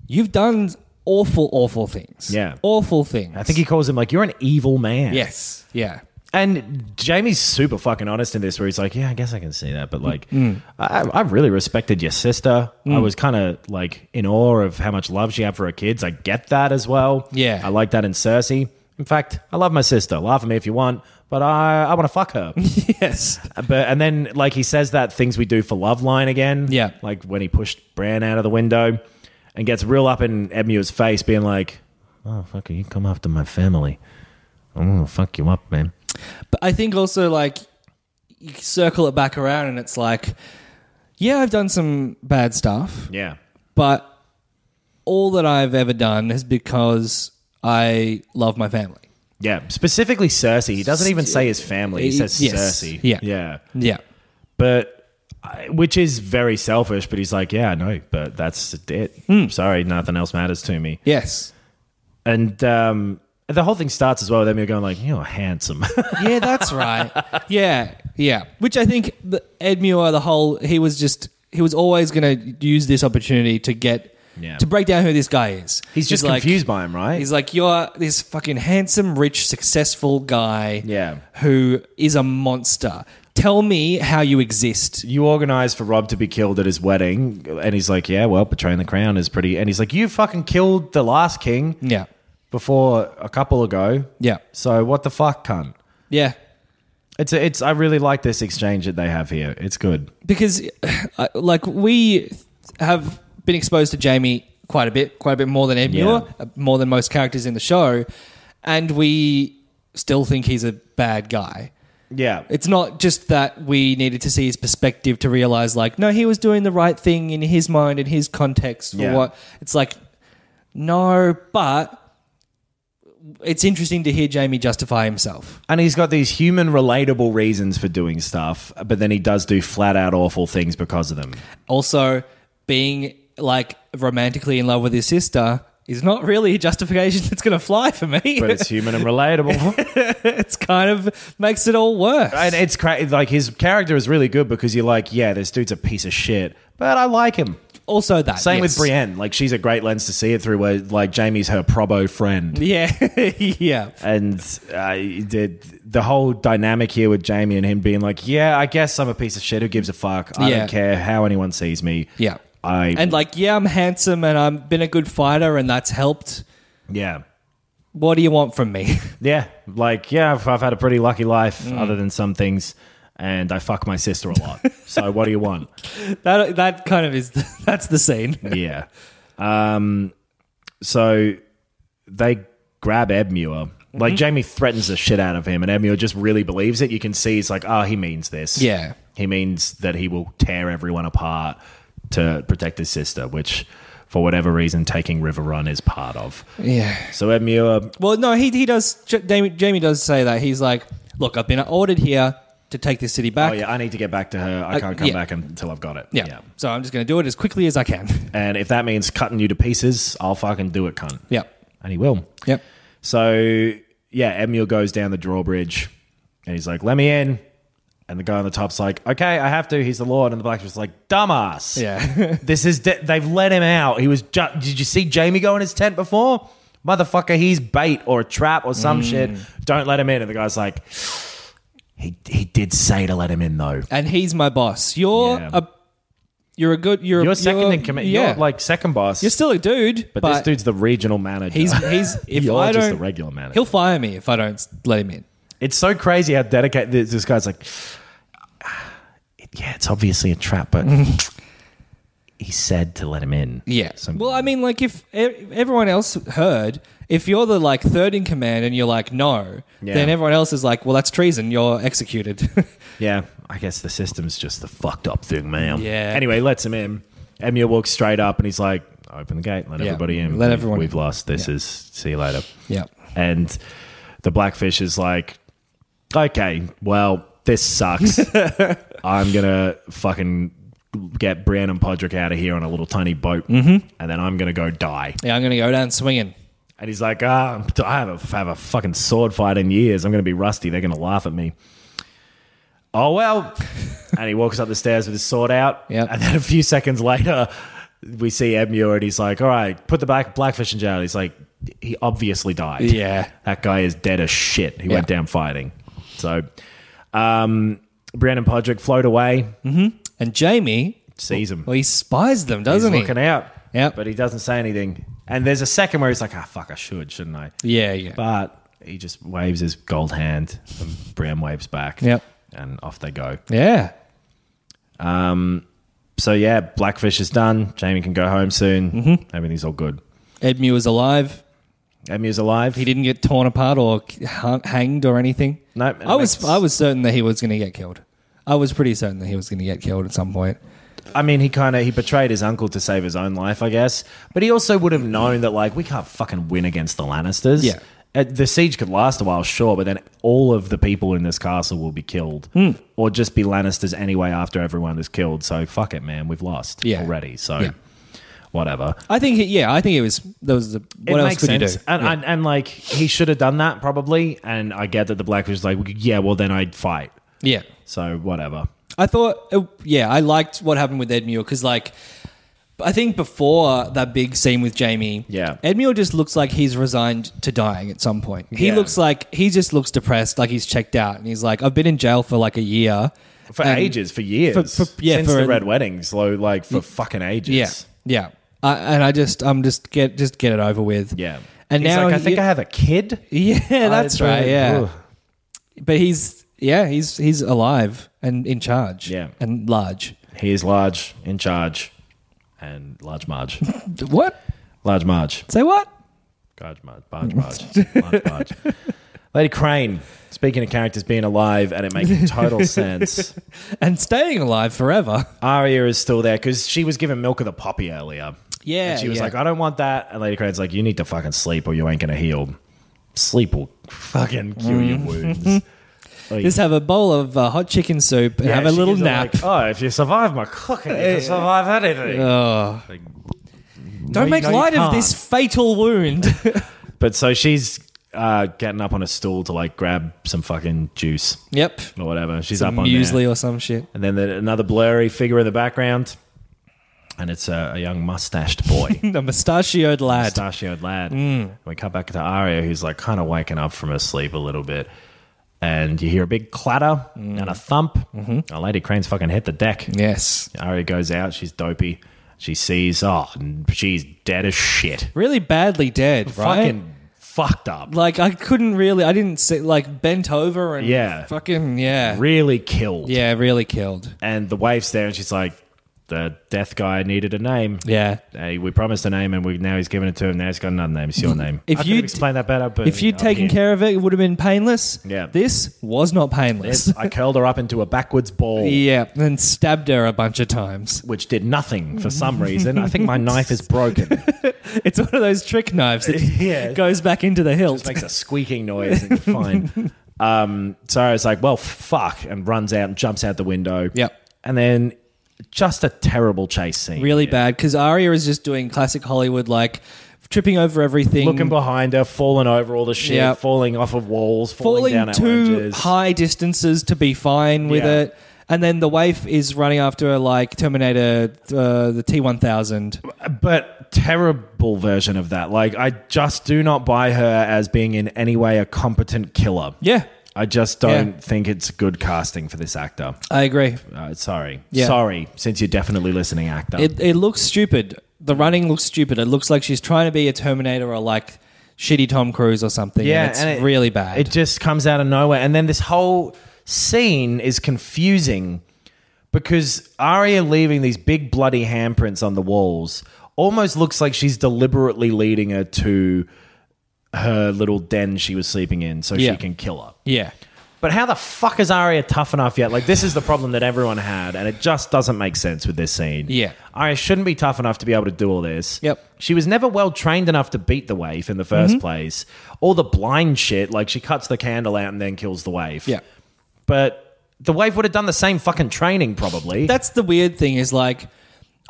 Speaker 1: you've done awful, awful things.
Speaker 2: Yeah.
Speaker 1: awful things.
Speaker 2: I think he calls him like you're an evil man.
Speaker 1: Yes.
Speaker 2: *laughs*
Speaker 1: Yeah.
Speaker 2: and Jamie's super fucking honest in this, where he's like, "Yeah, I guess I can see that, but like,
Speaker 1: Mm.
Speaker 2: I, I really respected your sister. I was kind of like in awe of how much love she had for her kids. I get that as well.
Speaker 1: Yeah.
Speaker 2: I like that in Cersei. In fact, I love my sister. Laugh at me if you want, but I I want to
Speaker 1: *laughs*
Speaker 2: fuck her.
Speaker 1: Yes.
Speaker 2: But and then like he says that things we do for love line again.
Speaker 1: Yeah.
Speaker 2: Like when he pushed Bran out of the window and gets real up in Edmure's face, being like, Oh fucker, you come after my family. I'm gonna fuck you up, man.
Speaker 1: But I think also like you circle it back around and it's like, yeah, I've done some bad stuff,
Speaker 2: Yeah.
Speaker 1: but all that I've ever done is because I love my family.
Speaker 2: Yeah. Specifically Cersei. He doesn't even say his family. He says
Speaker 1: Yes.
Speaker 2: Cersei.
Speaker 1: Yeah.
Speaker 2: Yeah.
Speaker 1: Yeah.
Speaker 2: But I- which is very selfish, but he's like, Yeah, I know, but that's it.
Speaker 1: Hmm.
Speaker 2: Sorry, nothing else matters to me.
Speaker 1: Yes.
Speaker 2: And um the whole thing starts as well with Edmure going like, You're handsome. *laughs*
Speaker 1: Yeah, that's right. yeah. Yeah. Which I think the Ed Muir, the whole he was just he was always gonna use this opportunity to get
Speaker 2: Yeah.
Speaker 1: to break down who this guy is.
Speaker 2: He's just
Speaker 1: like-
Speaker 2: confused by him, right?
Speaker 1: He's like, you're this fucking handsome, rich, successful guy.
Speaker 2: Yeah.
Speaker 1: Who is a monster. Tell me how you exist.
Speaker 2: you organized for Rob to be killed at his wedding, and he's like, "Yeah, well, betraying the crown is pretty." And he's like, "You fucking killed the last king
Speaker 1: Yeah.
Speaker 2: before a couple ago,
Speaker 1: Yeah.
Speaker 2: so what the fuck, cunt?"
Speaker 1: Yeah.
Speaker 2: It's a, it's I really like this exchange that they have here. It's good.
Speaker 1: Because, *sighs* uh, like, we have been exposed to Jamie quite a bit, quite a bit more than Ed
Speaker 2: Yeah.
Speaker 1: Muir, uh, more than most characters in the show. And we still think he's a bad guy.
Speaker 2: Yeah,
Speaker 1: It's not just that we needed to see his perspective to realize, like, no, he was doing the right thing in his mind, in his context. For
Speaker 2: Yeah.
Speaker 1: what it's like, no, but it's interesting to hear Jamie justify himself.
Speaker 2: and he's got these human relatable reasons for doing stuff, but then he does do flat out awful things because of them.
Speaker 1: Also, being like romantically in love with his sister is not really a justification *laughs* that's going to fly for me.
Speaker 2: But it's human and *laughs* relatable.
Speaker 1: *laughs* it's kind of makes it all worse.
Speaker 2: And it's cra- like his character is really good because you're like, yeah, this dude's a piece of shit, but I like him.
Speaker 1: also, that
Speaker 2: Same with
Speaker 1: yes.
Speaker 2: Brienne. Like she's a great lens to see it through. Where like Jamie's her probo friend,
Speaker 1: *laughs* Yeah, yeah.
Speaker 2: and uh, the the whole dynamic here with Jamie and him being like, "Yeah, I guess I'm a piece of shit. Who gives a fuck? I
Speaker 1: Yeah.
Speaker 2: don't care how anyone sees me.
Speaker 1: Yeah.
Speaker 2: I
Speaker 1: and like, yeah, I'm handsome and I've been a good fighter and that's helped.
Speaker 2: yeah."
Speaker 1: what do you want from me? *laughs*
Speaker 2: Yeah, like yeah, I've, I've had a pretty lucky life,
Speaker 1: Mm.
Speaker 2: other than some things, and I fuck my sister a
Speaker 1: *laughs*
Speaker 2: lot. so what do you want?
Speaker 1: that that kind of is that's the *laughs* scene.
Speaker 2: Yeah. Um. So they grab Ed Muir.
Speaker 1: Mm-hmm.
Speaker 2: Like Jamie threatens the shit out of him, and Ed Muir just really believes it. You can see he's like, oh, he means this.
Speaker 1: Yeah.
Speaker 2: He means that he will tear everyone apart to protect his sister, which. For whatever reason, taking River Run is part of.
Speaker 1: Yeah.
Speaker 2: So oh, Ed Muir,
Speaker 1: Well, no, he he does. J- Jamie, Jamie does say that he's like, look, I've been ordered here to take this city back.
Speaker 2: oh yeah, I need to get back to her. I can't come
Speaker 1: yeah.
Speaker 2: back until I've got it.
Speaker 1: Yeah. So I'm just going to do it as quickly as I can.
Speaker 2: And if that means cutting you to pieces, I'll fucking do it, cunt.
Speaker 1: yep.
Speaker 2: And he will.
Speaker 1: Yep.
Speaker 2: So, yeah, Emil goes down the drawbridge and he's like, let me in. And the guy on the top's like, okay, I have to. He's the Lord. And the black was like,
Speaker 1: *laughs*
Speaker 2: dumbass.
Speaker 1: Yeah.
Speaker 2: *laughs* this is, de- they've let him out. He was, ju- did you see Jamie go in his tent before? Motherfucker, he's bait or a trap or
Speaker 1: Mm.
Speaker 2: some shit. Don't let him in. And the guy's like, he, he did say to let him in though.
Speaker 1: and he's my boss. You're
Speaker 2: Yeah.
Speaker 1: a you're a good you're
Speaker 2: You're second in command.
Speaker 1: Yeah.
Speaker 2: You're like second boss.
Speaker 1: you're still a dude,
Speaker 2: but, this dude's the regional manager.
Speaker 1: he's
Speaker 2: *laughs*
Speaker 1: he's if
Speaker 2: You're
Speaker 1: I don't
Speaker 2: just the regular manager.
Speaker 1: he'll fire me if I don't let him in.
Speaker 2: It's so crazy how dedicated this, this guy's like. *sighs* Yeah, it's obviously a
Speaker 1: *laughs*
Speaker 2: trap, but he said to let him in.
Speaker 1: Yeah.
Speaker 2: So-
Speaker 1: well, I mean, like if e- everyone else heard, if you're the like third in command and you're like no,
Speaker 2: Yeah.
Speaker 1: then everyone else is like, well, that's treason. You're executed. *laughs*
Speaker 2: yeah, I guess the system's just the fucked up thing, man.
Speaker 1: Yeah.
Speaker 2: Anyway, lets him in. Emir walks straight up and he's like, "Open the gate, let
Speaker 1: Yeah.
Speaker 2: everybody in.
Speaker 1: Let
Speaker 2: We've-
Speaker 1: everyone
Speaker 2: We've
Speaker 1: in."
Speaker 2: lost. This is see you later."
Speaker 1: yeah.
Speaker 2: And the blackfish is like, okay, well, this sucks. I'm going to fucking get Brian and Podrick out of here on a little tiny boat and then I'm going to go die.
Speaker 1: Yeah. I'm gonna go down swinging.
Speaker 2: And he's like, ah, I haven't have a fucking sword fight in years. I'm going to be rusty. They're going to laugh at me.
Speaker 1: *laughs*
Speaker 2: Oh, well. and he walks up the stairs with his sword out.
Speaker 1: Yep.
Speaker 2: And then a few seconds later, we see Edmure and he's like, all right, put the black, blackfish in jail. He's like, he obviously died.
Speaker 1: Yeah.
Speaker 2: That guy is dead as shit. He went
Speaker 1: Yeah.
Speaker 2: down fighting. So, um, Brandon Podrick float away,
Speaker 1: And Jamie,
Speaker 2: sees him.
Speaker 1: well, he spies them,
Speaker 2: he's
Speaker 1: doesn't he?
Speaker 2: looking out.
Speaker 1: Yep.
Speaker 2: But he doesn't say anything. And there's a second where he's like, ah, fuck, I should, shouldn't I?
Speaker 1: Yeah. Yeah.
Speaker 2: But he just waves his gold hand and Bram waves back.
Speaker 1: Yep.
Speaker 2: And off they go.
Speaker 1: yeah.
Speaker 2: So, yeah, Blackfish is done. Jamie can go home soon. Mm-hmm. Everything's all good.
Speaker 1: Ed Muir is alive.
Speaker 2: Emmy's alive.
Speaker 1: He didn't get torn apart or hung- hanged or anything.
Speaker 2: No, it
Speaker 1: I was
Speaker 2: makes-
Speaker 1: I was certain that he was going to get killed. I was pretty certain that he was going to get killed at some point.
Speaker 2: I mean, he kind of he betrayed his uncle to save his own life, I guess. But he also would have known that like we can't fucking win against the Lannisters.
Speaker 1: Yeah.
Speaker 2: Uh, the siege could last a while, sure, but then all of the people in this castle will be killed,
Speaker 1: Hmm.
Speaker 2: or just be Lannisters anyway after everyone is killed. So fuck it, man, we've lost
Speaker 1: Yeah.
Speaker 2: already. So
Speaker 1: Yeah.
Speaker 2: whatever.
Speaker 1: I think he, yeah, I think it was there was a, what
Speaker 2: it
Speaker 1: else
Speaker 2: makes
Speaker 1: could
Speaker 2: sense.
Speaker 1: you do?
Speaker 2: And, and and like he should have done that probably. And I get that the Blackfish is like, yeah, well then I'd fight.
Speaker 1: Yeah.
Speaker 2: So whatever.
Speaker 1: I thought uh, yeah, I liked what happened with Ed Muir cuz like I think before that big scene with Jamie,
Speaker 2: Yeah.
Speaker 1: Ed Muir just looks like he's resigned to dying at some point. He
Speaker 2: Yeah.
Speaker 1: looks like he just looks depressed, like he's checked out, and he's like, I've been in jail for like a year,
Speaker 2: For
Speaker 1: And-
Speaker 2: ages, for years,
Speaker 1: for- yeah,
Speaker 2: since
Speaker 1: for
Speaker 2: the
Speaker 1: an-
Speaker 2: Red Weddings, so like for fucking ages.
Speaker 1: Yeah, yeah. I, and I just, I'm just get, just get it over with.
Speaker 2: Yeah.
Speaker 1: And
Speaker 2: He's
Speaker 1: now,
Speaker 2: like, I
Speaker 1: he-
Speaker 2: think I have a kid.
Speaker 1: yeah, *laughs* that's
Speaker 2: I-
Speaker 1: right. Yeah.
Speaker 2: Ugh.
Speaker 1: But he's, yeah, he's he's alive and in charge.
Speaker 2: Yeah.
Speaker 1: And large.
Speaker 2: He is large, in charge, and
Speaker 1: *laughs*
Speaker 2: large Marge.
Speaker 1: What?
Speaker 2: large Marge.
Speaker 1: Say what?
Speaker 2: Large Marge. Large Marge.
Speaker 1: *laughs*
Speaker 2: Large Marge. Lady Crane, speaking of characters being alive and it
Speaker 1: *laughs*
Speaker 2: making total sense,
Speaker 1: And staying alive forever.
Speaker 2: Arya is still there because she was given milk of the poppy earlier.
Speaker 1: Yeah,
Speaker 2: And she was
Speaker 1: yeah.
Speaker 2: like, I don't want that. And Lady Crane's like, you need to fucking sleep or you ain't going to heal. Sleep will fucking cure your
Speaker 1: Mm. *laughs*
Speaker 2: wounds. Like-
Speaker 1: Just have a bowl of uh, hot chicken soup and
Speaker 2: Yeah,
Speaker 1: have a
Speaker 2: she
Speaker 1: little
Speaker 2: gives it
Speaker 1: nap.
Speaker 2: like, oh, if you survive my cooking, you
Speaker 1: *laughs*
Speaker 2: can survive anything.
Speaker 1: Oh.
Speaker 2: Like,
Speaker 1: Don't
Speaker 2: you-
Speaker 1: make
Speaker 2: no, you
Speaker 1: light of
Speaker 2: can't.
Speaker 1: this fatal wound. *laughs*
Speaker 2: But so she's uh, getting up on a stool to like grab some fucking juice
Speaker 1: yep.
Speaker 2: or whatever. She's up on
Speaker 1: Muesli
Speaker 2: there.
Speaker 1: or some shit.
Speaker 2: And then the, another blurry figure in the background. And it's a, a young mustached boy,
Speaker 1: *laughs* A mustachioed lad. Mm.
Speaker 2: mustachioed lad. And we cut back to Arya, who's like kind of waking up from her sleep a little bit. And you hear a big clatter
Speaker 1: Mm.
Speaker 2: and a thump. Mm-hmm. Lady Crane's fucking hit the deck.
Speaker 1: yes.
Speaker 2: Arya goes out. She's dopey. She sees, oh, she's dead as shit.
Speaker 1: Really badly dead, right?
Speaker 2: Fucking fucked up.
Speaker 1: Like I couldn't really. I didn't see like bent over and
Speaker 2: Yeah.
Speaker 1: fucking yeah,
Speaker 2: Really killed.
Speaker 1: yeah, really killed.
Speaker 2: And the wife's there and she's like, the death guy needed a name.
Speaker 1: Yeah.
Speaker 2: Hey, we promised a name and we now he's given it to him. Now he's got another name. It's your name.
Speaker 1: If
Speaker 2: I could
Speaker 1: you'd-
Speaker 2: have explained that better, but
Speaker 1: If you'd
Speaker 2: up
Speaker 1: taken
Speaker 2: here.
Speaker 1: care of it, it would have been painless.
Speaker 2: Yeah.
Speaker 1: This was not painless. *laughs*
Speaker 2: I curled her up into a backwards ball.
Speaker 1: yeah. And stabbed her a bunch of times. *laughs*
Speaker 2: Which did nothing for some reason. I think my knife
Speaker 1: *laughs*
Speaker 2: is broken.
Speaker 1: It's one of those trick knives that
Speaker 2: *laughs* Yeah.
Speaker 1: goes back into the hilt.
Speaker 2: just makes a squeaking noise and you're fine. Um, so I was like, well, fuck, and runs out and jumps out the window.
Speaker 1: Yep.
Speaker 2: And then just a terrible chase
Speaker 1: *laughs*
Speaker 2: scene.
Speaker 1: really bad because Aria is just doing classic Hollywood, like tripping over everything,
Speaker 2: Looking behind her, falling over all the shit,
Speaker 1: Yep.
Speaker 2: falling off of walls, falling, down
Speaker 1: falling
Speaker 2: at
Speaker 1: too
Speaker 2: lounges.
Speaker 1: high distances to be fine with
Speaker 2: Yeah.
Speaker 1: it. And then the waif is running after her like Terminator, uh, the T one thousand.
Speaker 2: But terrible version of that. Like, I just do not buy her as being in any way a competent killer.
Speaker 1: Yeah,
Speaker 2: I just don't
Speaker 1: Yeah.
Speaker 2: think it's good casting for this actor.
Speaker 1: I agree.
Speaker 2: Uh, sorry.
Speaker 1: Yeah.
Speaker 2: Sorry, since you're definitely listening, actor.
Speaker 1: It it looks stupid. The running looks stupid. It looks like she's trying to be a Terminator or like shitty Tom Cruise or something. Yeah, it's
Speaker 2: and it-
Speaker 1: really bad.
Speaker 2: It just comes out of nowhere, and then this whole scene is confusing because Arya leaving these big bloody handprints on the walls almost looks like she's deliberately leading her to her little den she was sleeping in, so
Speaker 1: Yeah.
Speaker 2: she can kill her.
Speaker 1: yeah,
Speaker 2: But how the fuck is Arya tough enough yet? Like, this is the problem that everyone had, and it just doesn't make sense with this scene.
Speaker 1: Yeah.
Speaker 2: Arya shouldn't be tough enough to be able to do all this.
Speaker 1: Yep. Mm-hmm.
Speaker 2: She was never well trained enough to beat the waif in the 1st place. All the blind shit, like, she cuts the candle out and then kills the waif.
Speaker 1: yeah.
Speaker 2: But the waif would have done the same fucking training, probably.
Speaker 1: that's the weird thing is like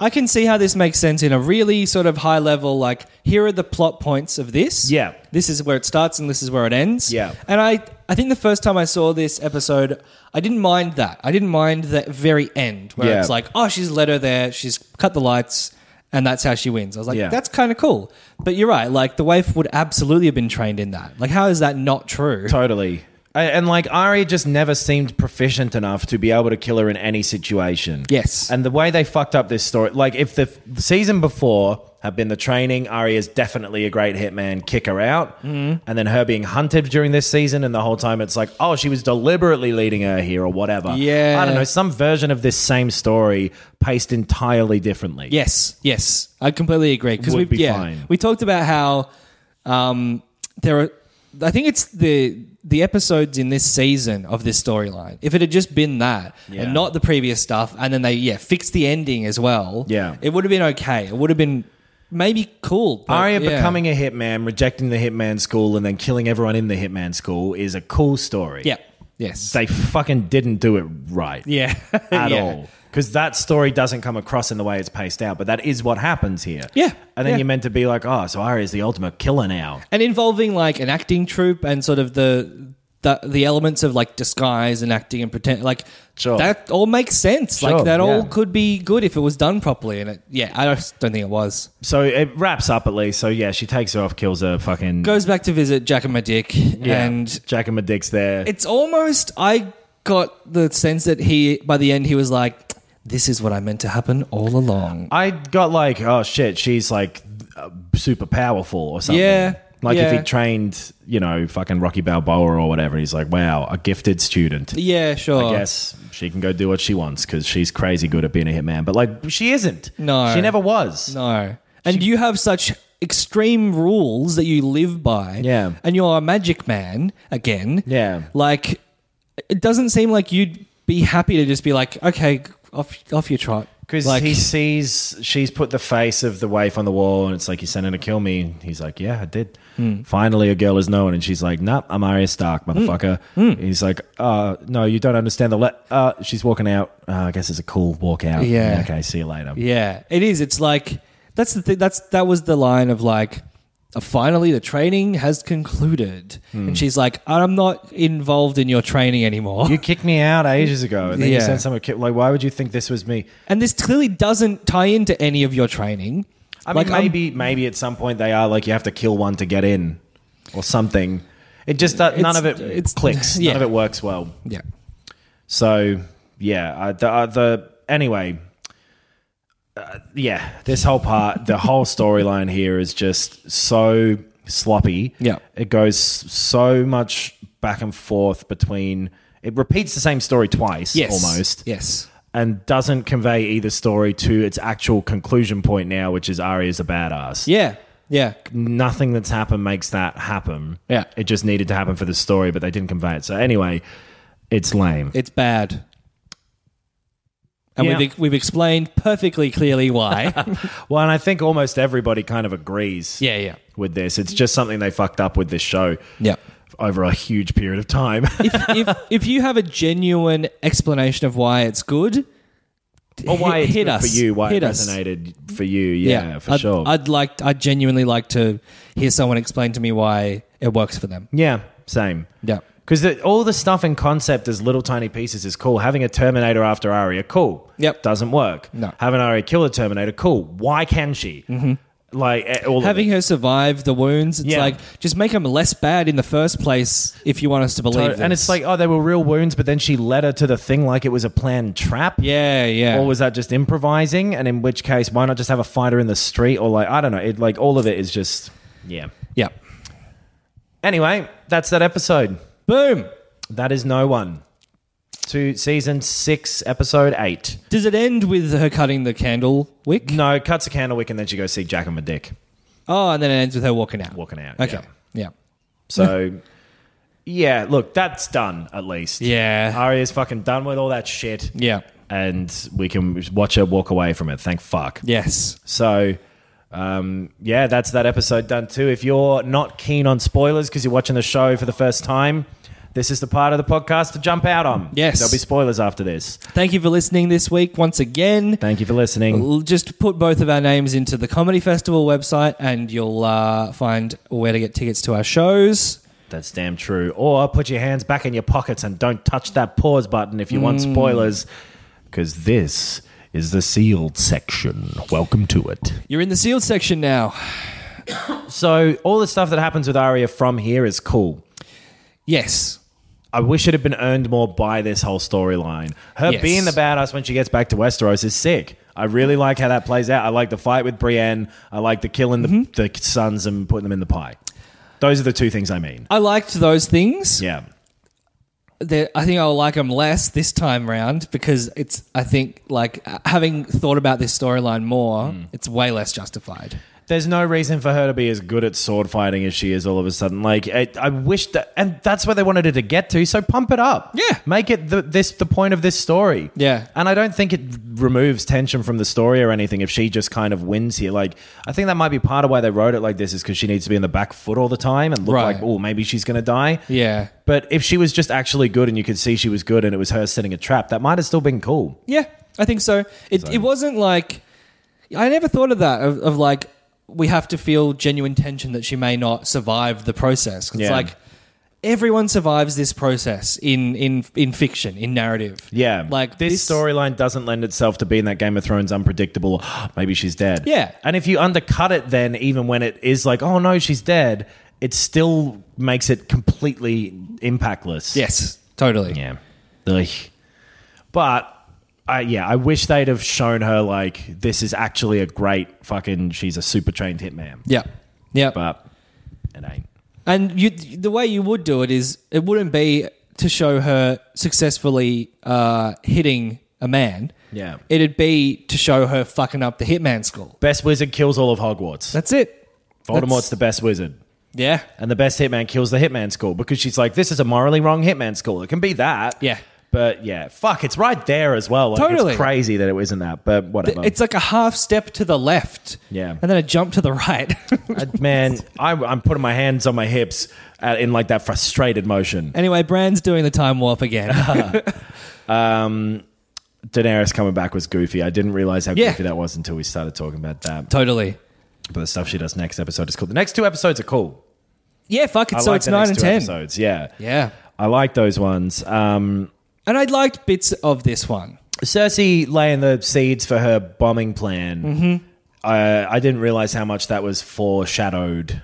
Speaker 1: I can see how this makes sense in a really sort of high level like here are the plot points of this.
Speaker 2: Yeah.
Speaker 1: This is where it starts and this is where it ends.
Speaker 2: Yeah.
Speaker 1: And I I think the first time I saw this episode I didn't mind that. I didn't mind that very end where
Speaker 2: Yeah.
Speaker 1: it's like oh she's led her there, she's cut the lights and that's how she wins. I was like
Speaker 2: Yeah.
Speaker 1: that's kind of cool. But you're right, like the waif would absolutely have been trained in that. Like how is that not true?
Speaker 2: Totally. I- And like Arya just never seemed proficient enough to be able to kill her in any situation.
Speaker 1: Yes.
Speaker 2: And the way they fucked up this story, like if the f- season before had been the training, Arya's definitely a great hitman, kick her out.
Speaker 1: Mm-hmm.
Speaker 2: And then her being hunted during this season, and the whole time it's like, oh, she was deliberately leading her here or whatever.
Speaker 1: Yeah.
Speaker 2: I don't know, some version of this same story paced entirely differently.
Speaker 1: Yes, yes, I completely agree. Because
Speaker 2: Would
Speaker 1: we
Speaker 2: be
Speaker 1: yeah,
Speaker 2: fine.
Speaker 1: we talked about how um, there are. I think it's the the episodes in this season of this storyline. If it had just been that
Speaker 2: Yeah.
Speaker 1: and not the previous stuff, and then they yeah fixed the ending as well.
Speaker 2: Yeah.
Speaker 1: it would have been okay. It would have been maybe cool. but
Speaker 2: Arya
Speaker 1: yeah.
Speaker 2: becoming a hitman, rejecting the hitman school, and then killing everyone in the hitman school is a cool story.
Speaker 1: yeah yes
Speaker 2: they fucking didn't do it right
Speaker 1: yeah
Speaker 2: *laughs*
Speaker 1: *laughs*
Speaker 2: at
Speaker 1: Yeah.
Speaker 2: all. Because that story doesn't come across in the way it's paced out, but that is what happens here.
Speaker 1: Yeah,
Speaker 2: And then
Speaker 1: yeah.
Speaker 2: you're meant to be like, oh, so Arya's the ultimate killer now.
Speaker 1: and involving like an acting troupe and sort of the the, the elements of like disguise and acting and pretend like
Speaker 2: Sure.
Speaker 1: that all makes sense
Speaker 2: Sure,
Speaker 1: like that all
Speaker 2: yeah.
Speaker 1: could be good if it was done properly and it yeah i just don't think it was
Speaker 2: So it wraps up at least. So yeah, she takes her off, kills her, fucking.
Speaker 1: goes back to visit jack and my dick
Speaker 2: yeah,
Speaker 1: and
Speaker 2: Jack and my dick's there.
Speaker 1: it's almost i got the sense that he by the end he was like this is what i meant to happen all along
Speaker 2: I got like, oh shit, she's like uh, super powerful or something.
Speaker 1: Yeah,
Speaker 2: Like if
Speaker 1: yeah.
Speaker 2: he trained, you know, fucking Rocky Balboa or whatever, he's like, wow, a gifted student.
Speaker 1: yeah sure
Speaker 2: I guess she can go do what she wants because she's crazy good at being a hitman. But like, she isn't.
Speaker 1: No.
Speaker 2: she never was.
Speaker 1: No. And you have such extreme rules that you live by.
Speaker 2: Yeah.
Speaker 1: And you're a magic man again.
Speaker 2: Yeah.
Speaker 1: Like, it doesn't seem like you'd be happy to just be like, okay, off off your trot.
Speaker 2: Because
Speaker 1: like,
Speaker 2: he sees she's put the face of the waif on the wall, and it's like he's sending to kill me. And he's like, "Yeah, I did." Finally, a girl is known, and she's like, "Nope, I'm Arya Stark, motherfucker." And he's like, "Uh, no, you don't understand the le- uh." She's walking out. Uh, I guess it's a cool walk out.
Speaker 1: Yeah.
Speaker 2: Okay, see you later.
Speaker 1: Yeah, it is. It's like that's the thing. That's that was the line of like, uh, finally the training has concluded,
Speaker 2: Hmm.
Speaker 1: and she's like, I'm not involved in your training anymore.
Speaker 2: You kicked me out ages ago, and then you
Speaker 1: Yeah.
Speaker 2: sent someone. Like, why would you think this was me?
Speaker 1: and this clearly doesn't tie into any of your training.
Speaker 2: I mean,
Speaker 1: Like, I'm-
Speaker 2: maybe maybe at some point they are like you have to kill one to get in, or something. It just uh, none
Speaker 1: It's-
Speaker 2: of it
Speaker 1: it's- *laughs*
Speaker 2: clicks.
Speaker 1: yeah.
Speaker 2: None of it works well.
Speaker 1: yeah.
Speaker 2: So yeah, uh, the uh, the anyway, uh, yeah, this whole part, the whole storyline here is just so sloppy.
Speaker 1: Yeah.
Speaker 2: It goes so much back and forth between. It repeats the same story twice
Speaker 1: Yes.
Speaker 2: almost.
Speaker 1: Yes.
Speaker 2: And doesn't convey either story to its actual conclusion point now, which is Arya's a badass.
Speaker 1: Yeah. Yeah.
Speaker 2: Nothing that's happened makes that happen.
Speaker 1: Yeah.
Speaker 2: It just needed to happen for the story, but they didn't convey it. So, anyway, it's lame.
Speaker 1: It's bad. And
Speaker 2: Yeah.
Speaker 1: we've, we've explained perfectly clearly
Speaker 2: *laughs*
Speaker 1: why.
Speaker 2: Well, and I think almost everybody kind of agrees
Speaker 1: yeah, yeah.
Speaker 2: with this. It's just something they fucked up with this show
Speaker 1: Yeah.
Speaker 2: over a huge period
Speaker 1: *laughs*
Speaker 2: of time.
Speaker 1: if, if, if you have a genuine explanation of why it's good,
Speaker 2: or why
Speaker 1: hit,
Speaker 2: it
Speaker 1: hit
Speaker 2: hit
Speaker 1: us
Speaker 2: for you, why
Speaker 1: hit
Speaker 2: it
Speaker 1: us.
Speaker 2: resonated for you. Yeah, for
Speaker 1: I'd,
Speaker 2: sure.
Speaker 1: I'd like, I genuinely like to hear someone explain to me why it works for them.
Speaker 2: yeah, same.
Speaker 1: Yeah.
Speaker 2: Because all the stuff in concept as little tiny pieces is cool. Having a Terminator after Arya, cool.
Speaker 1: Yep.
Speaker 2: Doesn't work.
Speaker 1: No.
Speaker 2: Having Arya kill a Terminator, cool. Why can she? Mm-hmm. Like, eh, all
Speaker 1: Having
Speaker 2: of it.
Speaker 1: her survive the wounds, it's
Speaker 2: Yeah.
Speaker 1: like just make them less bad in the first place if you want us to believe.
Speaker 2: And
Speaker 1: this.
Speaker 2: it's like, oh, they were real wounds, but then she led her to the thing like it was a planned trap.
Speaker 1: yeah, yeah.
Speaker 2: Or was that just improvising? And in which case, why not just have a fighter in the street? Or like, I don't know. It, like all of it is just, yeah.
Speaker 1: yeah.
Speaker 2: Anyway, that's that episode.
Speaker 1: Boom.
Speaker 2: That is no one. To season six, episode eight.
Speaker 1: Does it end with her cutting the candle wick?
Speaker 2: No, cuts a candlewick and then she goes see Jack and my dick
Speaker 1: Oh, and then it ends with her walking out.
Speaker 2: walking out.
Speaker 1: Okay.
Speaker 2: yeah.
Speaker 1: Yeah.
Speaker 2: So, yeah, look, that's done at least.
Speaker 1: Yeah.
Speaker 2: Arya's fucking done with all that shit.
Speaker 1: Yeah.
Speaker 2: And we can watch her walk away from it. Thank fuck.
Speaker 1: Yes.
Speaker 2: So, um, yeah, that's that episode done too. If you're not keen on spoilers because you're watching the show for the first time, this is the part of the podcast to jump out on.
Speaker 1: Yes.
Speaker 2: There'll be spoilers after this.
Speaker 1: Thank you for listening this week once again.
Speaker 2: Thank you for listening.
Speaker 1: L- Just put both of our names into the Comedy Festival website and you'll uh, find where to get tickets to our shows.
Speaker 2: That's damn true. Or put your hands back in your pockets and don't touch that pause button if you want spoilers because this is the sealed section. Welcome to it.
Speaker 1: You're in the sealed section now.
Speaker 2: So, all the stuff that happens with Arya from here is cool.
Speaker 1: Yes.
Speaker 2: I wish it had been earned more by this whole storyline. Her
Speaker 1: Yes.
Speaker 2: being the badass when she gets back to Westeros is sick. I really like how that plays out. I like the fight with Brienne. I like the killing the, the sons and putting them in the pie. Those are the two things I mean.
Speaker 1: I liked those things.
Speaker 2: Yeah.
Speaker 1: They're- I think I'll like them less this time round because it's, I think, like uh, having thought about this storyline more, it's way less justified.
Speaker 2: There's no reason for her to be as good at sword fighting as she is all of a sudden. Like, I, I wish that, and that's where they wanted her to get to. So pump it up.
Speaker 1: Yeah.
Speaker 2: Make it the, this the point of this story.
Speaker 1: Yeah.
Speaker 2: And I don't think it removes tension from the story or anything if she just kind of wins here. Like, I think that might be part of why they wrote it like this is because she needs to be in the back foot all the time and look
Speaker 1: Right.
Speaker 2: like, oh, maybe she's going to die.
Speaker 1: Yeah.
Speaker 2: But if she was just actually good and you could see she was good and it was her setting a trap, that might have still been cool.
Speaker 1: Yeah, I think so. It, it wasn't like I never thought of that of, of like we have to feel genuine tension that she may not survive the process. 'Cause It's
Speaker 2: Yeah.
Speaker 1: like everyone survives this process in in in fiction, in narrative.
Speaker 2: Yeah.
Speaker 1: like
Speaker 2: this, storyline doesn't lend itself to being that Game of Thrones unpredictable. *gasps* Maybe she's dead.
Speaker 1: Yeah.
Speaker 2: And if you undercut it then even when it is like, oh no, she's dead, it still makes it completely impactless.
Speaker 1: Yes, totally.
Speaker 2: Yeah. Ugh. But I yeah, I wish they'd have shown her like this is actually a great fucking she's a super trained hitman.
Speaker 1: yeah, yeah.
Speaker 2: But it ain't.
Speaker 1: And you, the way you would do it is it wouldn't be to show her successfully uh, hitting a man.
Speaker 2: Yeah.
Speaker 1: it'd be to show her fucking up the hitman school.
Speaker 2: Best wizard kills all of Hogwarts.
Speaker 1: That's it.
Speaker 2: Voldemort's
Speaker 1: that's-
Speaker 2: the best wizard.
Speaker 1: Yeah.
Speaker 2: And the best hitman kills the hitman school because she's like, this is a morally wrong hitman school. It can be that.
Speaker 1: Yeah.
Speaker 2: But yeah, fuck, it's right there as well. Like,
Speaker 1: Totally.
Speaker 2: It's crazy that it isn't that, but whatever.
Speaker 1: It's like a half step to the left.
Speaker 2: Yeah.
Speaker 1: And then a jump to the right.
Speaker 2: Uh, man, *laughs* I, I'm putting my hands on my hips uh, in like that frustrated motion.
Speaker 1: *laughs* anyway, Brand's doing the time warp again.
Speaker 2: *laughs*
Speaker 1: *laughs*
Speaker 2: Daenerys coming back was goofy. I didn't realize how
Speaker 1: Yeah.
Speaker 2: goofy that was until we started talking about that.
Speaker 1: totally.
Speaker 2: But the stuff she does next episode is cool. The next two episodes are cool.
Speaker 1: Yeah, fuck it.
Speaker 2: I
Speaker 1: so
Speaker 2: like
Speaker 1: it's
Speaker 2: the
Speaker 1: 9
Speaker 2: next
Speaker 1: and
Speaker 2: two
Speaker 1: 10.
Speaker 2: episodes. Yeah.
Speaker 1: Yeah.
Speaker 2: I like those ones. Um,
Speaker 1: And I liked bits of this one.
Speaker 2: Cersei laying the seeds for her bombing plan. Mm-hmm. Uh, I didn't realize how much that was foreshadowed,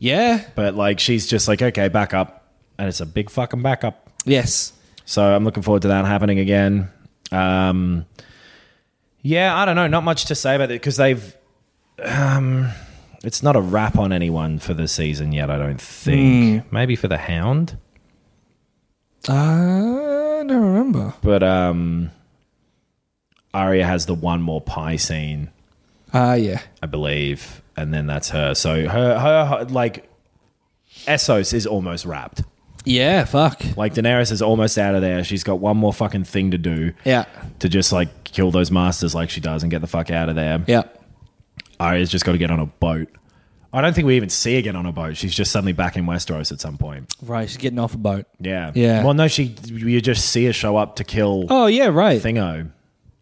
Speaker 1: Yeah.
Speaker 2: but like she's just like, okay, back up, and it's a big fucking backup.
Speaker 1: Yes.
Speaker 2: So I'm looking forward to that happening again. Um, yeah, I don't know, not much to say about it because they've. Um, It's not a wrap on anyone for the season yet, I don't think. Maybe for the Hound,
Speaker 1: I don't remember.
Speaker 2: but um, Arya has the one more pie scene,
Speaker 1: Ah, yeah.
Speaker 2: I believe, and then that's her. So her, her, her like Essos is almost wrapped.
Speaker 1: Yeah, fuck.
Speaker 2: Like Daenerys is almost out of there. She's got one more fucking thing to do
Speaker 1: Yeah.
Speaker 2: to just like kill those masters like she does and get the fuck out of there.
Speaker 1: Yeah.
Speaker 2: Arya's just got to get on a boat. I don't think we even see her get on a boat. She's just suddenly back in Westeros at some point.
Speaker 1: Right, she's getting off a boat.
Speaker 2: Yeah.
Speaker 1: Yeah.
Speaker 2: Well, no, she. You just see her show up to kill
Speaker 1: Oh, yeah, right.
Speaker 2: Thingo.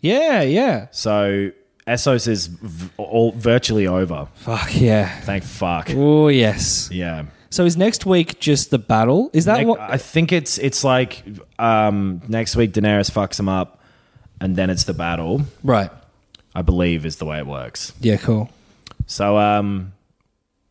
Speaker 1: Yeah, yeah.
Speaker 2: So Essos is v- all virtually over.
Speaker 1: Fuck, yeah.
Speaker 2: Thank fuck.
Speaker 1: Oh, yes.
Speaker 2: Yeah.
Speaker 1: So is next week just the battle? Is that
Speaker 2: Nec-
Speaker 1: what?
Speaker 2: I think it's it's like um, next week Daenerys fucks him up, and then it's the battle.
Speaker 1: right.
Speaker 2: I believe is the way it works.
Speaker 1: Yeah, cool.
Speaker 2: So um,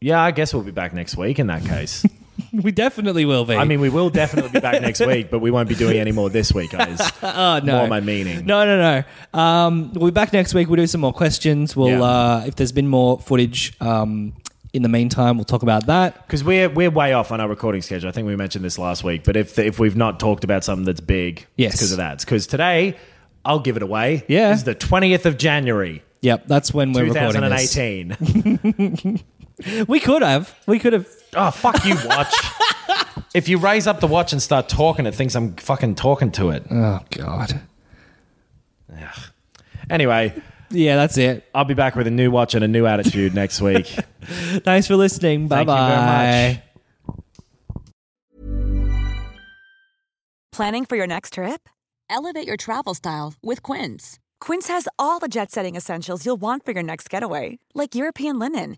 Speaker 2: yeah, I guess we'll be back next week in that case.
Speaker 1: We definitely will be.
Speaker 2: I mean, we will definitely be back next week, but we won't be doing any more this week. Is oh,
Speaker 1: *laughs* Ah, no.
Speaker 2: more my meaning.
Speaker 1: No, no, no. Um, we'll be back next week. We'll do some more questions. We'll
Speaker 2: Yeah.
Speaker 1: uh, if there's been more footage um, in the meantime, we'll talk about that.
Speaker 2: Because we're we're way off on our recording schedule. I think we mentioned this last week. But if if we've not talked about something that's big,
Speaker 1: Yes.
Speaker 2: because of that. It's because today, I'll give it away.
Speaker 1: Yeah.
Speaker 2: it's the twentieth of January,
Speaker 1: Yep, that's when we're
Speaker 2: two
Speaker 1: recording
Speaker 2: thousand and
Speaker 1: this.
Speaker 2: eighteen.
Speaker 1: We could have. We could have.
Speaker 2: oh fuck you, watch! if you raise up the watch and start talking, it thinks I'm fucking talking to it.
Speaker 1: Oh God.
Speaker 2: Anyway,
Speaker 1: Yeah, that's it.
Speaker 2: I'll be back with a new watch and a new attitude next week.
Speaker 1: Thanks for listening. Bye
Speaker 2: Thank you very
Speaker 1: bye.
Speaker 2: much.
Speaker 3: Planning for your next trip? Elevate your travel style with Quince. Quince has all the jet setting essentials you'll want for your next getaway, like European linen,